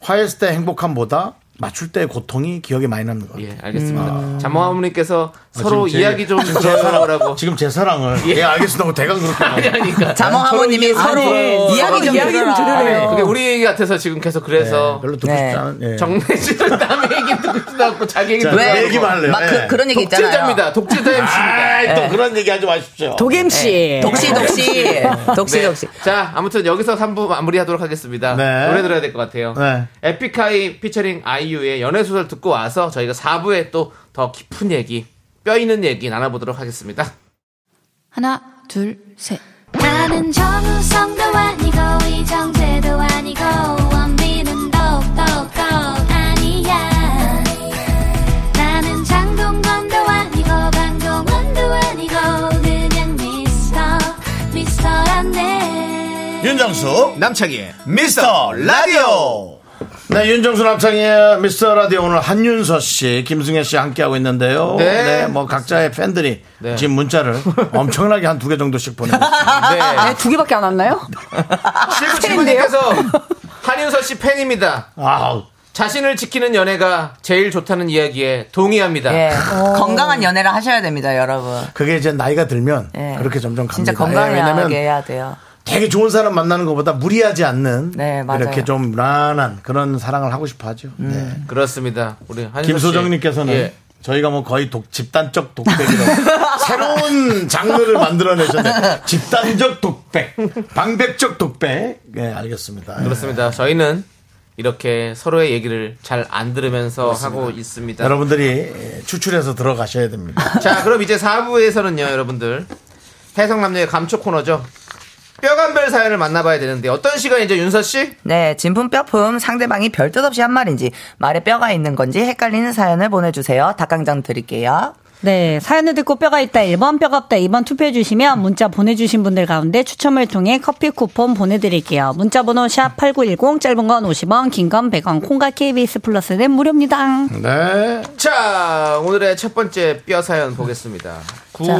화해했을 때 행복함보다 맞출 때의 고통이 기억에 많이 남는 것 같아요.
예, 알겠습니다. 자모아님께서 서로
음. 지금 제-
이야기 좀
지금 제 사랑,
들어요라고.
지금 제 사랑을 예, 알겠습니다. 하고 대강 그렇게 하고.
그러니까.
자몽 하모님이 서로
아니,
이야기 좀
이야기 좀 들으래요.
들으래요.
그게 우리 얘기 같아서 지금 계속 그래서
별로 듣고
네.
싶지 않은. 예.
정내지는 남의 얘기 듣고 싶다 않고 자기 얘기
자, 네.
듣고
왜?
싶다고.
얘기 말래요.
막 그,
예.
그런 얘기 있잖아요.
독재자입니다. 독재자 MC입니다.
네.
아이, 또 그런 얘기 하지 마십시오.
도겸 씨.
예.
독시 독시 독시 독시.
네. 자, 아무튼 여기서 3부 마무리하도록 하겠습니다.
네.
노래 들어야 될 것 같아요.
네.
에픽하이 피처링 아이유의 연애 소설 듣고 와서 저희가 4부에 또 더 깊은 얘기, 뼈 있는 얘기 나눠보도록 하겠습니다. 네.
하나, 둘, 셋. 나는 정우성도 아니고, 이정재도 아니고, 원빈은 더욱더 아니야. 나는 장동건도 아니고, 방종원도 아니고, 그냥 미스터, 미스터란데.
윤정수
남창희의
미스터 라디오. 네, 윤정수 남창의 미스터 라디오 오늘 한윤서 씨, 김승혜 씨 함께하고 있는데요.
네.
뭐 각자의 팬들이
네.
지금 문자를 엄청나게 한 두 개 정도씩 보내고 있습니다.
아,
예.
네.
두 개밖에 안 왔나요?
친구님께서
아,
한윤서 씨 팬입니다.
아우.
자신을 지키는 연애가 제일 좋다는 이야기에 동의합니다.
예. 건강한 연애를 하셔야 됩니다, 여러분.
그게 이제 나이가 들면
예.
그렇게 점점 갑니다.
진짜
예,
건강하게
왜냐면
해야 돼요.
되게 좋은 사람 만나는 것보다 무리하지 않는
네, 맞아요. 음.
이렇게 좀 무난한 그런 사랑을 하고 싶어 하죠. 네.
그렇습니다. 우리 한윤서 씨.
김소정님께서는
예.
저희가 뭐 거의 독- 집단적 독백이라고 새로운 장르를 만들어내셨네. 집단적 독백, 방백적 독백. 예, 알겠습니다. 예.
그렇습니다. 저희는 이렇게 서로의 얘기를 잘 안 들으면서 하고 있습니다.
여러분들이 예, 추출해서 들어가셔야 됩니다.
자, 그럼 이제 4부에서는요, 여러분들. 해성남녀의 감초 코너죠. 뼈간별 사연을 만나봐야 되는데, 어떤 시간이죠, 윤서씨?
네, 진품 뼈품 상대방이 별뜻 없이 한 말인지 말에 뼈가 있는 건지 헷갈리는 사연을 보내주세요. 닭강정 드릴게요.
네, 사연을 듣고 뼈가 있다, 1번 뼈가 없다, 2번 투표해 주시면 문자 보내주신 분들 가운데 추첨을 통해 커피 쿠폰 보내드릴게요. 문자 번호 샵8910, 짧은 건 50원, 긴 건 100원, 콩과 KBS 플러스는 무료입니다.
네.
자, 오늘의 첫 번째 뼈 사연 보겠습니다.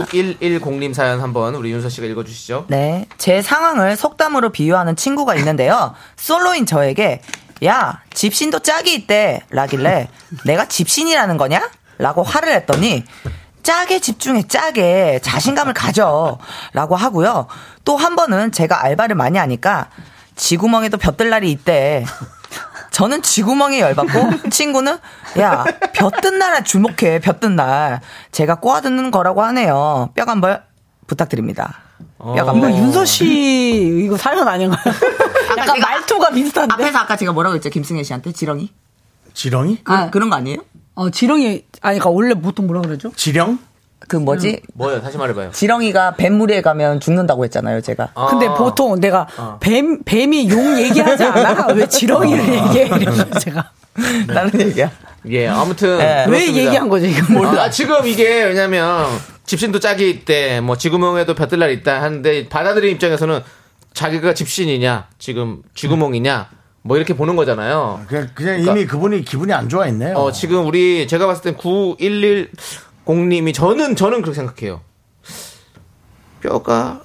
9110님 사연 한번 우리 윤서씨가 읽어주시죠.
네, 제 상황을 속담으로 비유하는 친구가 있는데요. 솔로인 저에게 야 집신도 짝이 있대 라길래 내가 집신이라는 거냐? 라고 화를 냈더니 짝에 집중해 짝에 자신감을 가져 라고 하고요. 또 한 번은 제가 알바를 많이 하니까 지구멍에도 볕들 날이 있대. 저는 지구멍에 열받고 친구는 야 볕든 날에 주목해 볕든 날 제가 꼬아듣는 거라고 하네요. 뼈간벌 부탁드립니다. 뼈간벌.
씨, 이거 사연 음. 아닌가요? 약간 말투가 비슷한데?
앞에서 아까 제가 뭐라고 했죠? 김승혜 씨한테 지렁이?
지렁이?
그,
아.
그런 거 아니에요?
어, 지렁이, 아니, 그러니까 원래 보통 뭐라 그러죠?
지령?
그 뭐지?
뭐예요? 다시 말해봐요.
지렁이가 뱀무리에 가면 죽는다고 했잖아요, 제가.
근데 보통 내가 뱀 뱀이 용 얘기하지 않아? 왜 지렁이를 얘기해? 이러면서 제가
다른 얘기야.
예, 아무튼.
예.
왜
그렇습니다.
얘기한 거죠 이거? 뭐
몰라. 아, 지금 이게 왜냐면 집신도 짝이 있대. 뭐 지구멍에도 볕들날 있다 하는데 받아들인 입장에서는 자기가 집신이냐, 지금 지구멍이냐, 뭐 이렇게 보는 거잖아요.
그냥, 그냥 이미 그분이 기분이 안 좋아 있네요.
어, 지금 우리 제가 봤을 땐 9110님이 저는 저는 그렇게 생각해요. 뼈가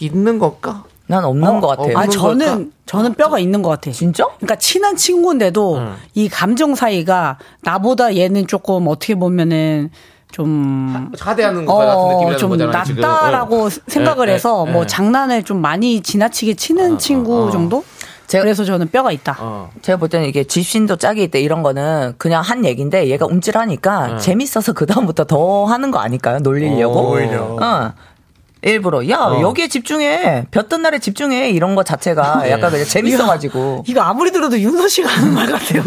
있는 걸까?
난 없는
어,
것 같아요.
아
없는
저는
걸까?
저는 뼈가 있는 것 같아.
진짜?
그러니까 친한 친구인데도 이 감정 사이가 나보다 얘는 조금 어떻게 보면은 좀
차대하는 것 같은 느낌이
어,
라는
좀
거잖아요. 지금.
낫다라고 생각을
예,
해서
예,
뭐
예. 아,
장난을 좀 많이 지나치게 치는 친구 정도?
제가-
그래서 저는 뼈가 있다.
어.
제가 볼 때는 이게 집신도 짝이 있대 이런 거는 그냥 한 얘기인데 얘가 움찔하니까 재밌어서 그다음부터 더 하는 거 아닐까요? 놀리려고.
오히려.
어. 일부러 야 여기에 집중해 볕든 날에 집중해 이런 거 자체가 약간 그냥 재밌어가지고
이거 아무리 들어도 윤서 씨가 하는 말 같아요.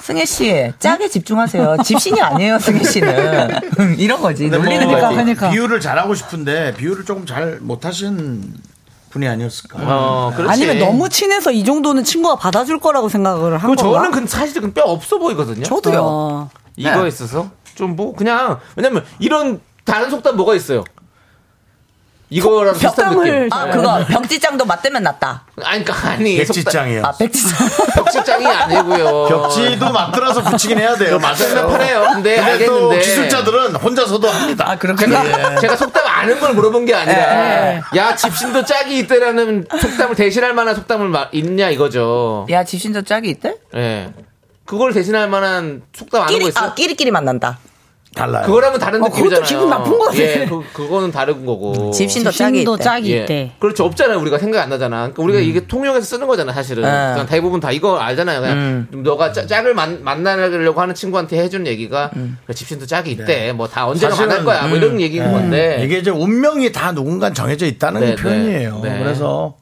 승혜 씨 짝에 집중하세요 집신이 아니에요 승혜 씨는 음, 이런 거지 놀리는
뭐
거지
그러니까.
비유를 잘하고 싶은데 비유를 조금 잘 못하신 분이 아니었을까.
어, 그렇지.
아니면 너무 친해서 이 정도는 친구가 받아줄 거라고 생각을 한
그
건가?
저는 근 사실 은뼈 없어 보이거든요.
어.
이거에 있어서 네. 좀 뭐 그냥 왜냐면 이런 다른 속담 뭐가 있어요. 이거랑 비슷한
속담을
느낌.
아 그거 벽지장도 맞대면 낫다
아니 그러니까 아니
백지장이에요.
아 백지장
벽지장이 아니고요.
벽지도 맞들어서 붙이긴 해야 돼요.
맞으면
맞아요.
편해요. 근데
근데 아, 또
알겠는데. 예.
기술자들은 혼자서도 합니다.
제가, 제가 속담 아는 걸 물어본 게 아니라
네.
야 집신도 짝이 있대라는 속담을 대신할 만한 속담을 마- 있냐 이거죠.
야 집신도 짝이 있대
예. 그걸 대신할 만한 속담 아는 거
끼리
있어요?
아 끼리끼리 만난다
달라요.
그거랑은 다른 느낌이잖아요.
아. 어, 기분 나쁜 거 같아.
예, 그, 그거는 다른 거고.
집신도 짝이
신도
있대
짝이
예.
있대.
그렇죠. 없잖아요. 우리가 생각 안 나잖아. 그러니까 우리가 이게 통용해서 쓰는 거잖아, 음. 사실은.
예.
그냥 대부분 다 이거 알잖아요. 그냥 좀 너가 짜- 짝을 만, 만나려고 하는 친구한테 해준 얘기가 그래, 집신도 짝이 있대. 뭐 다 언제나
네. 사실은,
만날 거야. 뭐 이런 음. 얘기인 건데.
이게 이제 운명이 다 누군가 정해져 있다는
네,
표현이에요.
네, 네.
그래서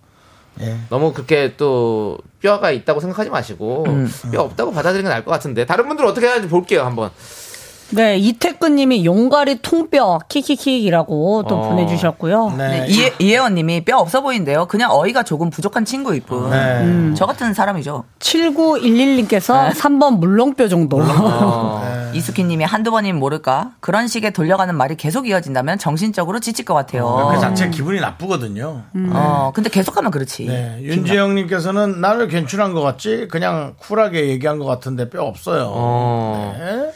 너무 그렇게 또 뼈가 있다고 생각하지 마시고 뼈 없다고 받아들이는 게 나을 것 같은데 다른 분들은 어떻게 하는지 볼게요 한번
네, 이태근님이 용가리 통뼈 킥킥킥이라고 또
어.
보내주셨고요.
네.
이해, 이혜원님이 뼈 없어 보이는데요. 그냥 어이가 조금 부족한 친구일 뿐.
네.
저 같은 사람이죠.
네.
7911님께서 3번 물렁뼈 정도.
어.
네.
이수키님이 한두 번이면 모를까 그런 식의 돌려가는 말이 계속 이어진다면 정신적으로 지칠 것 같아요.
어,
그 자체 기분이 나쁘거든요.
어, 근데 계속하면 그렇지.
네. 윤지영님께서는 나를 괜찮은 것 같지? 그냥 쿨하게 얘기한 것 같은데 뼈 없어요.
어.
네.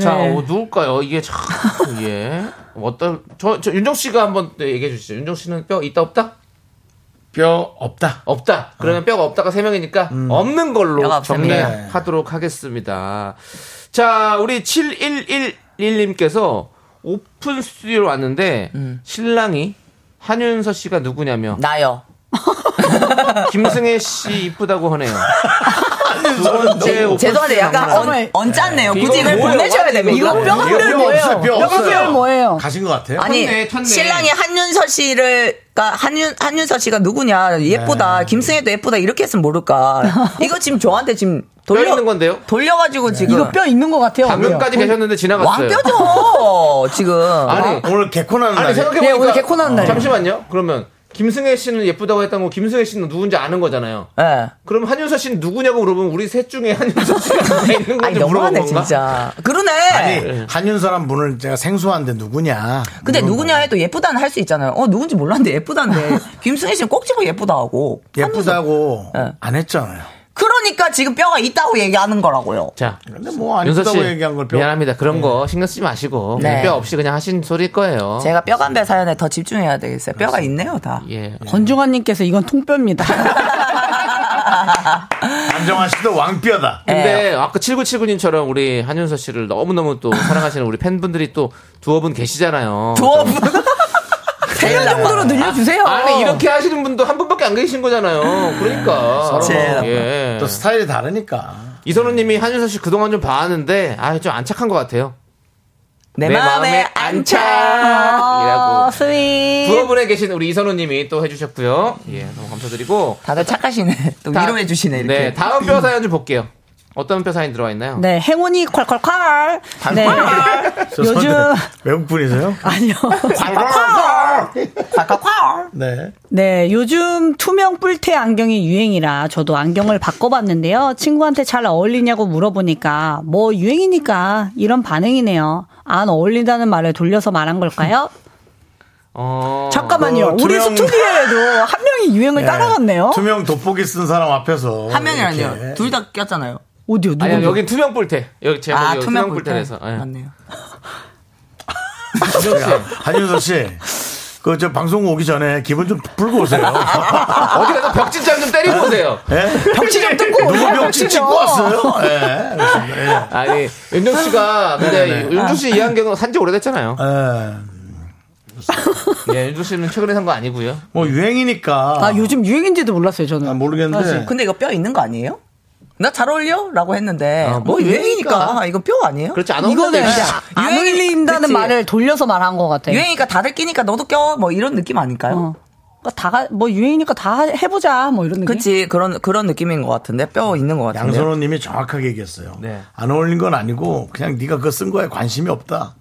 자
네.
어, 누굴까요 이게 참 예. 어떤 저, 저 윤정 씨가 한번 또 얘기해 주시죠 윤정 씨는 뼈 있다 없다
뼈 없다.
없다
어.
그러면 뼈가 없다가 세 명이니까
음.
없는 걸로
뼈가 없습니다. 네.
정리하도록 하겠습니다 자 우리 7111님께서 오픈 스튜디오로 왔는데
음.
신랑이 한윤서 씨가 누구냐며
나요.
김승혜 씨 이쁘다고 하네요. 두 번째 오픈
죄송한데 약간
스튜디오
언, 언짢네요.
이거
굳이 이걸
뭐예요?
보내셔야
완전
됩니다.
이거 뼈가
뼈 없어요. 뼈
뼈가
없어요.
뭐예요?
가신 것 같아요.
아니
쳤네, 쳤네.
신랑이 한윤서 씨를 그러니까 한윤 한윤서 씨가 누구냐 예쁘다
네.
김승혜도 예쁘다 이렇게 했으면 모를까 이거 지금 저한테 지금
뼈
돌려
있는 건데요?
돌려가지고 지금
이거 뼈 있는 것 같아요.
방금까지 계셨는데 지나갔어요.
그 왕뼈죠 지금
아니,
오늘 개콘하는
아니
날.
네,
생각해보니까
예, 오늘 개콘하는 날이에요.
잠시만요. 그러면 김승혜 씨는 예쁘다고 했던 거 김승혜 씨는 누군지 아는 거잖아요.
예.
그럼 한윤서 씨는 누구냐고 물어보면 우리 셋 중에 한윤서 씨가 누가 있는
아니
건지 물어본
너무하네
건가?
진짜 그러네
아니, 한윤서란 분을 제가 생소한데 누구냐.
근데
물어보고.
누구냐 해도 예쁘다는 할 수 있잖아요 어 누군지 몰랐는데 예쁘다는데 김승혜 씨는 꼭 집어 예쁘다 하고
예쁘다고
네.
예.
안 했잖아요.
그러니까 지금 뼈가 있다고 얘기하는 거라고요
자.
근데 뭐안
윤서 씨
했다고 얘기한 걸 뼈.
미안합니다. 그런 거 신경 쓰지 마시고
네.
뼈 없이 그냥 하신 소리일 거예요.
제가 뼈간배 사연에 더 집중해야 되겠어요 뼈가 있네요 다
예.
권중환님께서 이건 통뼈입니다.
안정환 씨도 왕뼈다.
근데 아까 7979님처럼 우리 한윤서 씨를 너무너무 또 사랑하시는 우리 팬분들이 또 두어 분 계시잖아요.
두어 분
세년 정도로 늘려주세요.
아니 이렇게 하시는 분도 한 분밖에 안 계신 거잖아요. 그러니까
제일
예.
또 스타일이 다르니까.
이선우님이 한윤서 씨 그동안 좀 봐왔는데 아좀 안 착한 것 같아요.
내,
내 마음에
마음에
안
안착이라고
어, 스윗.
두어 분에 계신 우리 이선우님이 또 해주셨고요. 예, 너무 감사드리고
다들 착하시네 또
다-
위로해 주시네 이렇게
네, 다음 뼈 사연 좀 볼게요. 어떤 뼈 사인 들어와 있나요?
네, 행운이 콸콸콸. 네. 요즘
외국 분이세요?
아니요.
아!
네.
네, 요즘 투명 뿔테 안경이 유행이라 저도 안경을 바꿔봤는데요. 친구한테 잘 어울리냐고 물어보니까 뭐 유행이니까 이런 반응이네요. 안 어울린다는 말을 돌려서 말한 걸까요?
어,
잠깐만요.
어,
우리
투명-
스튜디오에도 한 명이 유행을 따라갔네요.
투명 돋보기 쓴 사람 앞에서
한 명이
이렇게.
아니에요. 둘 다 꼈잖아요.
오디오 누구?
아니 여기 투명 뿔테 여기 제가
아,
여기
투명
투명
볼트.
뿔테에서 예.
맞네요.
아, 한윤서 씨. 그 저 방송 오기 전에 기분 좀 풀고 오세요.
아, 어디 가서 벽진장 좀 때리고 오세요.
벽지 좀 뜯고
예? 누구
오세요,
명칭
벽지죠.
찍고 왔어요? 예. 그렇습니다. 예.
아니 윤정 씨가
네,
근데 윤주 씨 이 안경은 산지 오래됐잖아요.
예.
네.
예, 윤주 씨는 최근에 산 거 아니고요.
뭐 유행이니까.
아 요즘 유행인지도 그- 몰랐어요 저는.
아, 모르겠는데.
사실.
근데 이거 뼈 있는 거 아니에요? 나 잘 어울려? 라고 했는데
아,
뭐
뭐
유행이니까 아, 이거 뼈 아니에요?
그렇지 않아?
이거는
없는데.
안
유행이-
어울린다는
그치.
말을 돌려서 말한 것 같아요.
유행이니까 다들 끼니까 너도 껴. 뭐 이런 느낌
어.
아닐까요?
그러니까 다가 뭐 유행이니까 다 해보자 뭐 이런 느낌.
그치 그런 그런 느낌인 것 같은데 뼈 있는 것 같은데.
양선호 님이 정확하게 얘기했어요.
네.
안 어울린 건 아니고 그냥 네가 그거 쓴 거에 관심이 없다.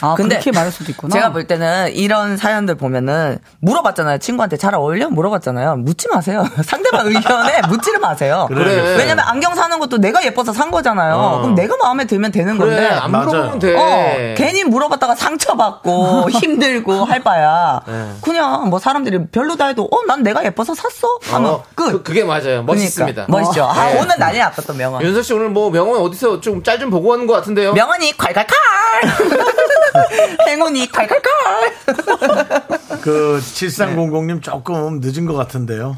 아
근데
그렇게 말할 수도 있구나.
제가 볼 때는 이런 사연들 보면은 물어봤잖아요. 친구한테 잘 어울려? 물어봤잖아요. 묻지 마세요. 상대방 의견에 묻지를 마세요.
그래.
왜냐면 안경 사는 것도 내가 예뻐서 산 거잖아요.
어.
그럼 내가 마음에 들면 되는
그래
건데.
안
맞아요.
물어보면 돼.
어, 괜히 물어봤다가 상처받고 힘들고 할 바야.
네.
그냥 뭐 사람들이 별로다 해도 어, 난 내가 예뻐서 샀어? 하면
어,
끝.
그, 그게 맞아요. 멋있습니다.
그러니까. 멋있죠. 아,
네.
오늘 난리 났었던 명언.
윤서 씨 오늘 뭐 명언 어디서 좀 짤 좀 보고 하는 것 같은데요.
명언이 콸콸콸! 행운이 콸콸콸!
그
네.
7300님 조금 늦은 것 같은데요.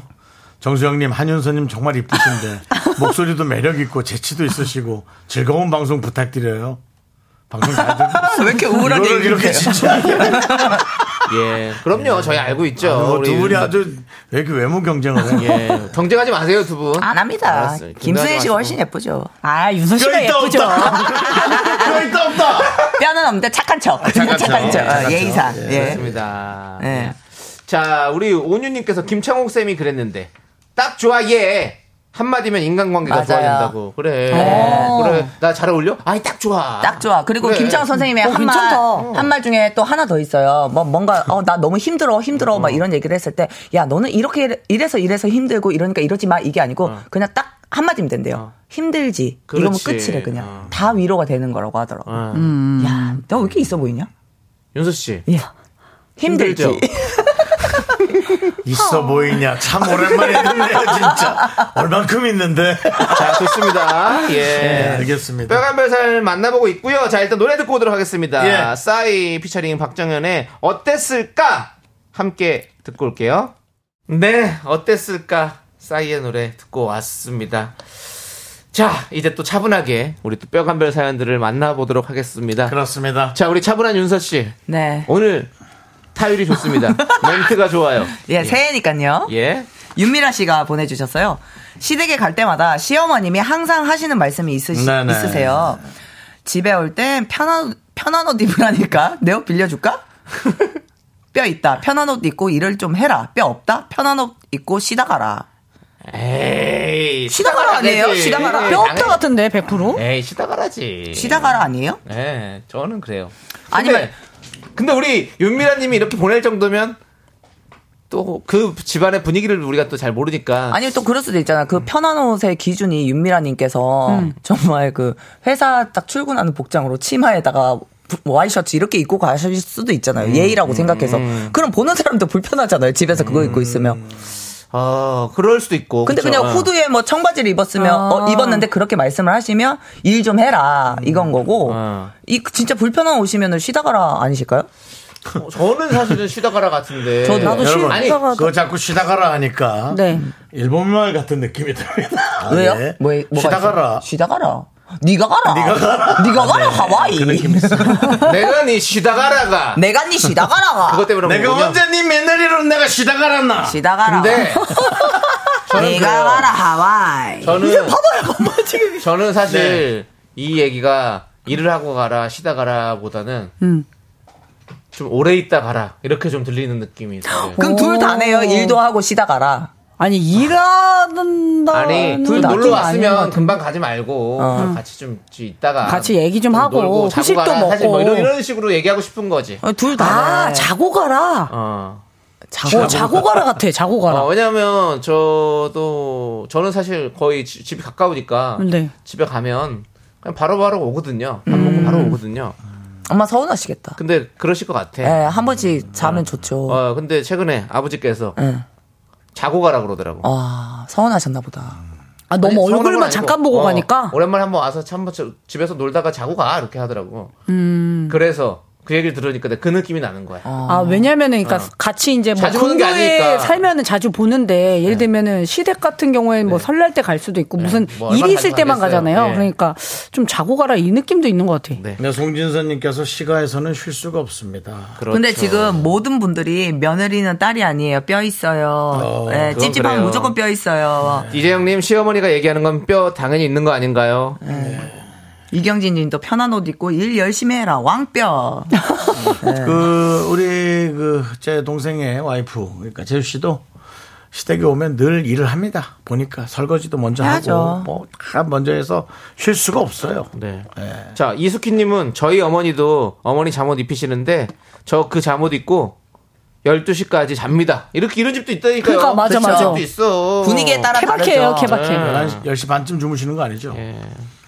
정수영님, 한윤서님 정말 이쁘신데 목소리도 매력 있고 재치도 있으시고 즐거운 방송 부탁드려요. 방송 잘 듣고
아, 왜 이렇게 우울하게
이거를 이렇게
얘기해요?
진지하게
예, 그럼요. 저희 알고 있죠.
어,
우리
두 분이
윤서-
아주 왜 이렇게 외모 경쟁을 해요?
어.
예, 경쟁하지 마세요 두 분.
안 합니다.
알았어요.
김수혜 씨가
마시고.
훨씬 예쁘죠.
아 윤선 씨가
뼈 있다
예쁘죠.
아,
없다. 뼈 있다 없다.
뼈는 없는데 착한 척. 착한, 척. 어, 예의상. 예.
그렇습니다.
예.
예. 자, 우리 온유님께서 김창옥 쌤이 그랬는데 딱 좋아 얘 한마디면 인간관계가
맞아요. 어.
좋아진다고. 그래.
오.
그래. 나 잘 어울려? 아이 딱 좋아.
딱 좋아. 그리고
그래.
김창호 선생님의
어, 괜찮다.
한말한말 중에 또 하나 더 있어요. 뭐 뭔가 어 나 너무 힘들어 힘들어 막 이런 얘기를 했을 때 야 너는 이렇게 이래- 이래서 이래서 힘들고 이러니까 이러지 마 이게 아니고 그냥 딱 한마디면 된대요. 힘들지. 이러면
그렇지.
끝이래 그냥
어.
다 위로가 되는 거라고 하더라고.
어.
요 야, 너 왜 이렇게 있어 보이냐?
윤서 씨.
예. 힘들지.
힘들죠?
있어 보이냐? 참 오랜만에 듣네요, 진짜. 얼만큼 있는데.
자, 좋습니다. 예.
네, 알겠습니다.
빨간 별살 만나보고 있고요. 자, 일단 노래 듣고 오도록 하겠습니다.
예.
싸이 피처링 박정현의 어땠을까? 함께 듣고 올게요. 네, 어땠을까? 싸이의 노래 듣고 왔습니다. 자, 이제 또 차분하게 우리 또 뼈간별 사연들을 만나보도록 하겠습니다.
그렇습니다.
자, 우리 차분한 윤서 씨.
네.
오늘 타율이 좋습니다. 멘트가 좋아요.
예, 새해니까요.
예.
윤미라 씨가 보내주셨어요. 시댁에 갈 때마다 시어머님이 항상 하시는 말씀이 있으시,
네네.
있으세요. 집에 올 땐 편한, 편한 옷 입으라니까? 내 옷 빌려줄까? 뼈 있다. 편한 옷 입고 일을 좀 해라. 뼈 없다. 편한 옷 입고 쉬다 가라.
에이.
쉬다 가라
안 되지.
아니에요? 쉬다 가라.
뼈 없다 같은데 100%?
에이, 쉬다 가라지.
쉬다 가라 아니에요?
네, 저는 그래요.
아니면-
근데, 근데 우리 윤미라님이 이렇게 보낼 정도면 또 그 집안의 분위기를 우리가 또 잘 모르니까.
아니면 또 그럴 수도 있잖아. 그 편한 옷의 기준이 윤미라님께서
음.
정말 그 회사 딱 출근하는 복장으로 치마에다가 부- 뭐 와이셔츠 이렇게 입고 가실 수도 있잖아요.
음.
예의라고 생각해서. 그럼 보는 사람도 불편하잖아요. 집에서 그거
음.
입고 있으면.
어, 그럴 수도 있고.
근데
그쵸?
그냥
어.
후드에 뭐 청바지를 입었으면 어, 입었는데 그렇게 말씀을 하시면 일 좀 해라
음.
이건 거고.
어.
이그 진짜 불편한 옷이면 쉬다 가라 아니실까요?
어. 저는 사실은 쉬다 가라 같은데.
저도.
나도
여러분,
쉬다가-
아니,
그거 자꾸 쉬다 가라 하니까.
네.
일본말 같은 느낌이 듭니다.
왜요?
네.
뭐, 뭐가
쉬다
있어요?
가라.
쉬다 가라. 네가 가라.
네가 가라.
네가 가라,
네,
하와이.
그 느낌 있어요.
내가 니 쉬다 가라가.
내가 니 쉬다 가라.
그것 때문에
내가
그런 거군요.
언제 네 며느리로 내가 쉬다 가라나.
쉬다 가라.
근데 저는 그래요.
하와이.
저는 저는 사실 이 얘기가 일을 하고 가라 쉬다 가라보다는
음.
좀 오래 있다 가라 이렇게 좀 들리는 느낌이 있어요.
그럼 둘 다네요. 일도 하고 쉬다 가라.
아니 일하는다.
아니
는
둘
다
놀러
아니야.
왔으면 금방 가지 말고
어.
같이 좀 있다가
같이 얘기 좀 하고,
놀고 자고
후식도
가라. 사실 뭐
먹고.
이런, 이런 식으로 얘기하고 싶은 거지.
둘다 네.
아 자고 가라.
어.
어, 자고 가라 같아. 자고 가라.
어, 왜냐면 저도 저는 사실 거의 지- 집이 가까우니까
네.
집에 가면 그냥 바로바로 오거든요. 밥 먹고
음.
바로 오거든요.
엄마 서운하시겠다.
근데 그러실 것 같아.
예, 한 번씩 자면 좋죠.
어, 근데 최근에 아버지께서
예.
자고 가라 그러더라고.
와, 서운하셨나 보다.
아 너무
아니, 서운한 건
얼굴만
아니고,
잠깐 보고
어,
가니까.
오랜만에 한번 와서 참 한번 저- 집에서 놀다가 자고 가 이렇게 하더라고. 그래서 그 얘기를 들으니까 내가 그 느낌이 나는 거야.
음. 아 왜냐면은 그러니까 같이 이제 뭐
어. 자주 보는 게
근교에
아니니까. 네.
살면은 자주 보는데 예를 들면은 시댁 같은 경우에는 뭐 설날 때 갈 수도 있고 무슨
뭐 얼마나
일이 있을
자주
때만
가겠어요.
가잖아요.
네.
그러니까 좀 자고 가라 이 느낌도 있는 것 같아.
네.
네, 송진선님께서 시가에서는 쉴 수가 없습니다.
그렇죠.
근데 지금 모든 분들이 며느리는 딸이 아니에요. 뼈 있어요.
어,
예,
그건
찝찝하면
그래요. 네.
무조건 뼈 있어요.
이재영님 시어머니가 얘기하는 건 뼈 당연히 있는 거 아닌가요?
네.
이경진 님도 편한 옷 입고 일 열심히 해라. 왕뼈.
네.
그 우리 그 제 동생의 와이프 그러니까 재수 씨도 시댁에 오면 늘 일을 합니다. 보니까 설거지도 먼저
해야죠.
하고 뭐다 먼저 해서 쉴 수가 없어요.
네. 자 이수키님은 저희 어머니도 어머니 잠옷 입히시는데 저 그 잠옷 입고 12시까지 잡니다. 이렇게 이런 집도 있다니까요.
그러니까, 맞아,
그런
맞아.
집도 있어. 네.
분위기에 따라
케바케예요,
다르죠.
케바케.
11시, 10시 반쯤 주무시는 거 아니죠?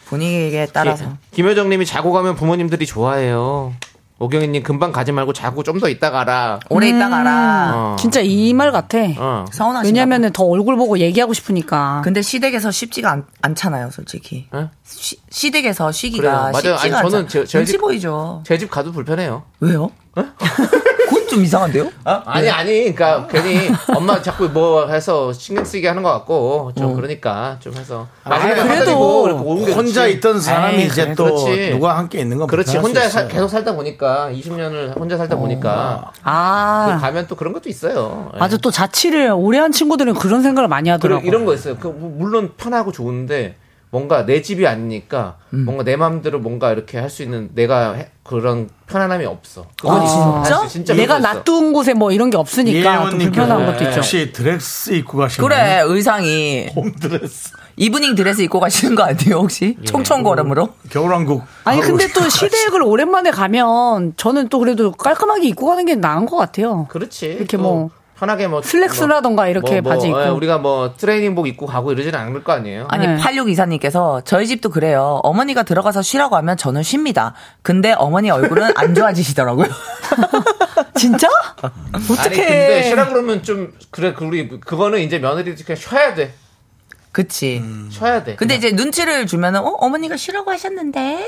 분위기에 따라서.
예. 김효정님이 자고 가면 부모님들이 좋아해요. 오경희님 금방 가지 말고 자고 좀 더 있다 가라.
오래 있다 가라.
어.
음, 진짜 이 말 같아.
어. 그
서운하시다.
왜냐면은 더 얼굴 보고 얘기하고
아.
싶으니까.
근데 시댁에서 쉽지가 않, 않잖아요, 솔직히.
예?
시, 시댁에서
그래요.
쉬기가
맞아요.
쉽지가
아니,
않잖아요.
저는 제- 제
눈치
집-
보이죠.
제 집 가도 불편해요.
왜요? 그건 좀 이상한데요?
네.
아니 아니 그러니까 괜히 엄마 자꾸 뭐 해서 신경 쓰게 하는 것 같고 좀 그러니까 좀 해서 나중에
아, 그래도
받아들이고 이렇게 오는 게
혼자
좋지.
있던 사람이
에이,
이제
그래,
또
그렇지.
누가 함께 있는 건
그렇지
불편할
혼자
수 있어요. 어.
사- 계속 살다 보니까 20년을 혼자 살다 보니까
아.
가면 또 그런 것도 있어요. 예.
맞아 또 자취를 오래 한 친구들은 그런 생각을 많이
그런
하더라고.
이런 거 있어요. 그 뭐- 물론 편하고 좋은데 뭔가 내 집이 아니니까 뭔가 내 마음대로 뭔가 이렇게 할 수 있는 내가 해- 그런 편안함이 없어. 그건 있어.
아, 진짜?
사실 진짜
내가
그런 거 있어.
놔둔 곳에 뭐 이런 게 없으니까 좀
예원님
불편한
그
것도 있죠.
혹시 드레스 입고 가시는
그래, 의상이.
홈드레스
이브닝 드레스 입고 가시는 거 아니에요, 혹시?
예.
총총걸음으로?
네.
겨울왕국
아니
하고
근데 또
가시-
시댁을 오랜만에 가면 저는 또 그래도 깔끔하게 입고 가는 게 나은 것 같아요.
그렇지.
이렇게
또
뭐
편하게 뭐
슬랙스라던가 이렇게 바지 입고.
예, 우리가 뭐 트레이닝복 입고 가고 이러진 않을 거 아니에요.
아니,
네.
8624님께서 저희 집도 그래요. 어머니가 들어가서 쉬라고 하면 저는 쉽니다. 근데 어머니 얼굴은 안 좋아지시더라고요.
진짜?
아니 근데 쉬라 그러면 좀 그래 그 우리 그거는 이제 며느리 그냥 쉬어야 돼.
그치.
쉬어야 돼.
근데 이제 눈치를 주면은, 어, 어머니가 쉬라고 하셨는데.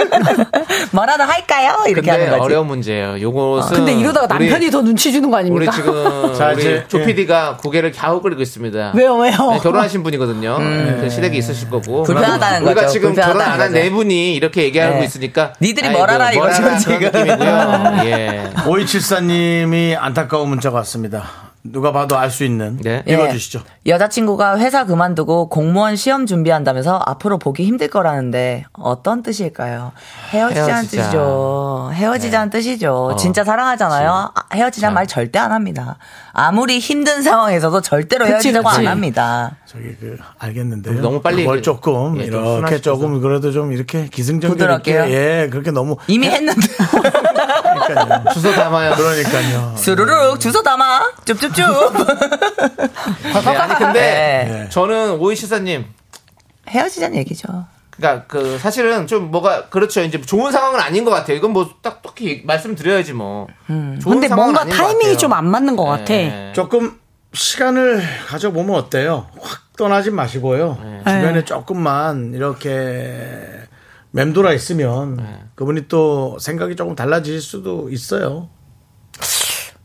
뭐라도 할까요? 이렇게
근데
하는 거지.
어려운 문제예요. 요것은
아, 근데 이러다가
우리-
남편이 더 눈치 주는 거 아닙니까?
우리 지금
자, 이제,
우리 조
예.
PD가 고개를 갸우 끓이고 있습니다.
왜요 왜요?
네, 결혼하신 분이거든요. 그 시댁이 있으실 거고.
어. 음. 네. 불편하다는
우리가
거죠.
지금
불편하다는
결혼 안 한
거죠.
네 분이 이렇게 얘기하고
네.
있으니까.
니들이
아이고,
뭘 알아,
뭘
이거죠,
알아,
지금. 네.
그런 느낌이고요.
네.
예.
5274님이 안타까운 문자가 왔습니다. 누가 봐도 알 수 있는
네.
예.
읽어주시죠.
여자친구가 회사 그만두고 공무원 시험 준비한다면서 앞으로 보기 힘들 거라는데 어떤 뜻일까요? 헤어지자는
헤어지자.
뜻이죠. 헤어지자는 뜻이죠. 진짜 사랑하잖아요. 아, 헤어지자는 말 절대 안 합니다. 아무리 힘든 상황에서도 절대로
그치,
헤어지자고
그치.
안 합니다.
저기 그 알겠는데요.
너무 빨리
그걸
그-
조금
예, 좀
이렇게
순화시켜서.
조금 그래도 좀 이렇게 기승전결
부드럽게요?
있게, 예 그렇게 너무
이미 했는데.
그러니까요.
주소 담아요.
그러니까요.
스르륵 주소 담아. 쭉쭉쭉.
네, 아니, 근데
네.
저는 오이시사님.
헤어지자는 얘기죠.
그니까, 그, 사실은 좀 뭐가, 그렇죠. 이제 좋은 상황은 아닌 것 같아요. 이건 뭐, 딱, 딱히 말씀드려야지 뭐.
음.
좋은
근데
상황은
뭔가
아닌 것
타이밍이
같아요.
좀 안 맞는 것 같아.
예.
조금 시간을 가져보면 어때요? 확 떠나지 마시고요.
네.
주변에 조금만 이렇게 맴돌아 있으면 그분이 또 생각이 조금 달라질 수도 있어요.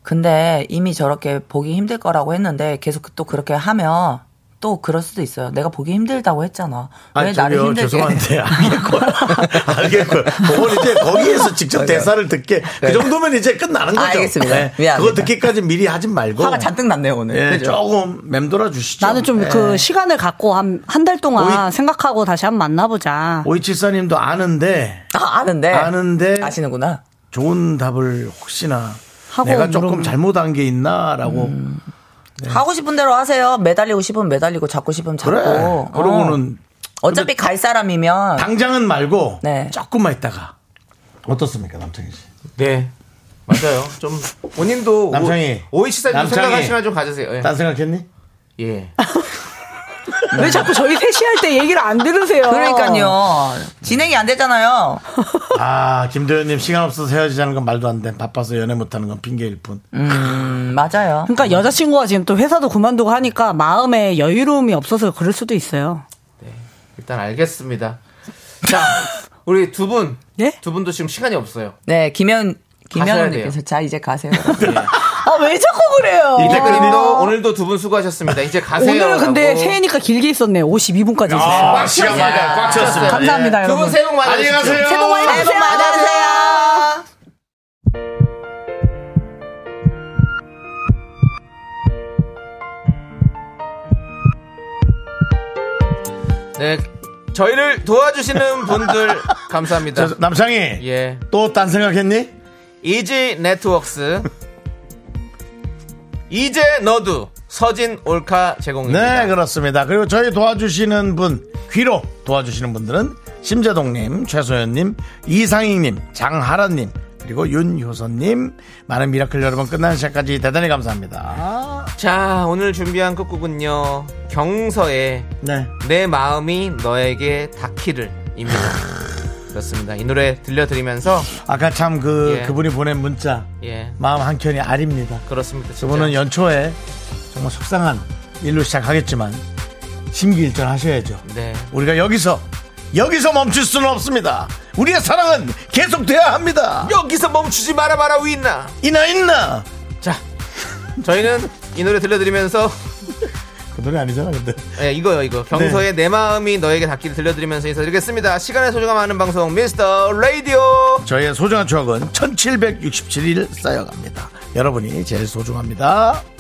근데 이미 저렇게 보기 힘들 거라고 했는데 계속 또 그렇게 하면 또 그럴 수도 있어요. 내가 보기 힘들다고 했잖아. 왜
아니,
나를
저기요,
힘들게?
죄송한데, 알겠고요. 알겠고요. 그건 이제 거기에서 직접 대사를 듣게, 그 정도면 이제 끝나는 거죠.
네.
네.
알겠습니다.
그거
미안합니다.
듣기까지 미리 하지 말고.
화가 잔뜩 났네요 오늘.
예,
그죠?
조금 맴돌아 주시죠.
나는 좀 그
예.
시간을 갖고 한 한 달 동안
오이-
생각하고 다시 한번 만나보자.
오이칠사님도 아는데,
아, 아는데.
아는데,
아시는구나.
좋은 답을 혹시나
하고
내가 조금
물어보면-
잘못한 게 있나라고
하고 싶은 대로 하세요. 매달리고 싶으면 매달리고 잡고 싶으면 잡고.
네. 그래. 그러고는
어. 차피갈 사람이면
당장은 말고
네.
조금만 있다가 어떻습니까 남창희 씨?
네. 맞아요. 좀 본인도
남창희.
오이시사님
남창희.
생각하시면 좀 가지세요. 예.
딴 생각했니?
예. 어?
왜 자꾸 저희 셋이 할 때 얘기를 안 들으세요?
그러니까요. 진행이 안 되잖아요.
아 김도현님 시간 없어서 헤어지자는 건 말도 안 돼. 바빠서 연애 못하는 건 핑계일 뿐.
음, 맞아요.
그러니까 여자친구가 지금 또 회사도 그만두고 하니까 마음에 여유로움이 없어서 그럴 수도 있어요.
일단 알겠습니다. 자, 우리 두 분.
예?
두 분도 지금 시간이 없어요.
네, 김현
가셔야
김현우님께서 자 이제 가세요.
아 왜 자꾸 그래요?
이태근님도 오늘도 두 분 수고하셨습니다. 이제 가세요.
오늘은 근데
라고.
새해니까 길게 있었네. 52분까지 있었어요.
아, 시간마다 꽉 찼습니다.
감사합니다,
예. 두 분
여러분.
새해 복 많이
안녕히
받으십시오.
가세요.
새해 복 많이 받으세요.
네. 저희를 도와주시는 분들 감사합니다.
저, 남창희
예.
또 딴 생각했니?
이지 네트웍스 이제 너도 서진 올카 제공입니다.
네 그렇습니다. 그리고 저희 도와주시는 분 귀로 도와주시는 분들은 심재동님, 최소연님, 이상익님, 장하라님 그리고 윤효선님 많은 미라클 여러분 끝나는 시간까지 대단히 감사합니다.
자 오늘 준비한 끝곡은요 경서의
네.
내 마음이 너에게 닿기를입니다. 그렇습니다. 이 노래 들려드리면서
아까 참 그
예.
그분이 보낸 문자
예
마음 한 켠이 아립니다.
그렇습니다. 진짜.
저분은 연초에 정말 속상한 일로 시작하겠지만 심기일전 하셔야죠.
네
우리가 여기서 여기서 멈출 수는 없습니다. 우리의 사랑은 계속돼야 합니다.
여기서 멈추지 마라 마라 위나
이나 있나?
자 저희는 이 노래 들려드리면서
그 노래 아니잖아, 근데.
예, 이거요, 이거.
네.
경서의 내 마음이 너에게 닿기를 들려드리면서 인사드리겠습니다. 시간의 소중함 아는 방송, 미스터 라디오!
저희의 소중한 추억은 1767일 쌓여갑니다. 여러분이 제일 소중합니다.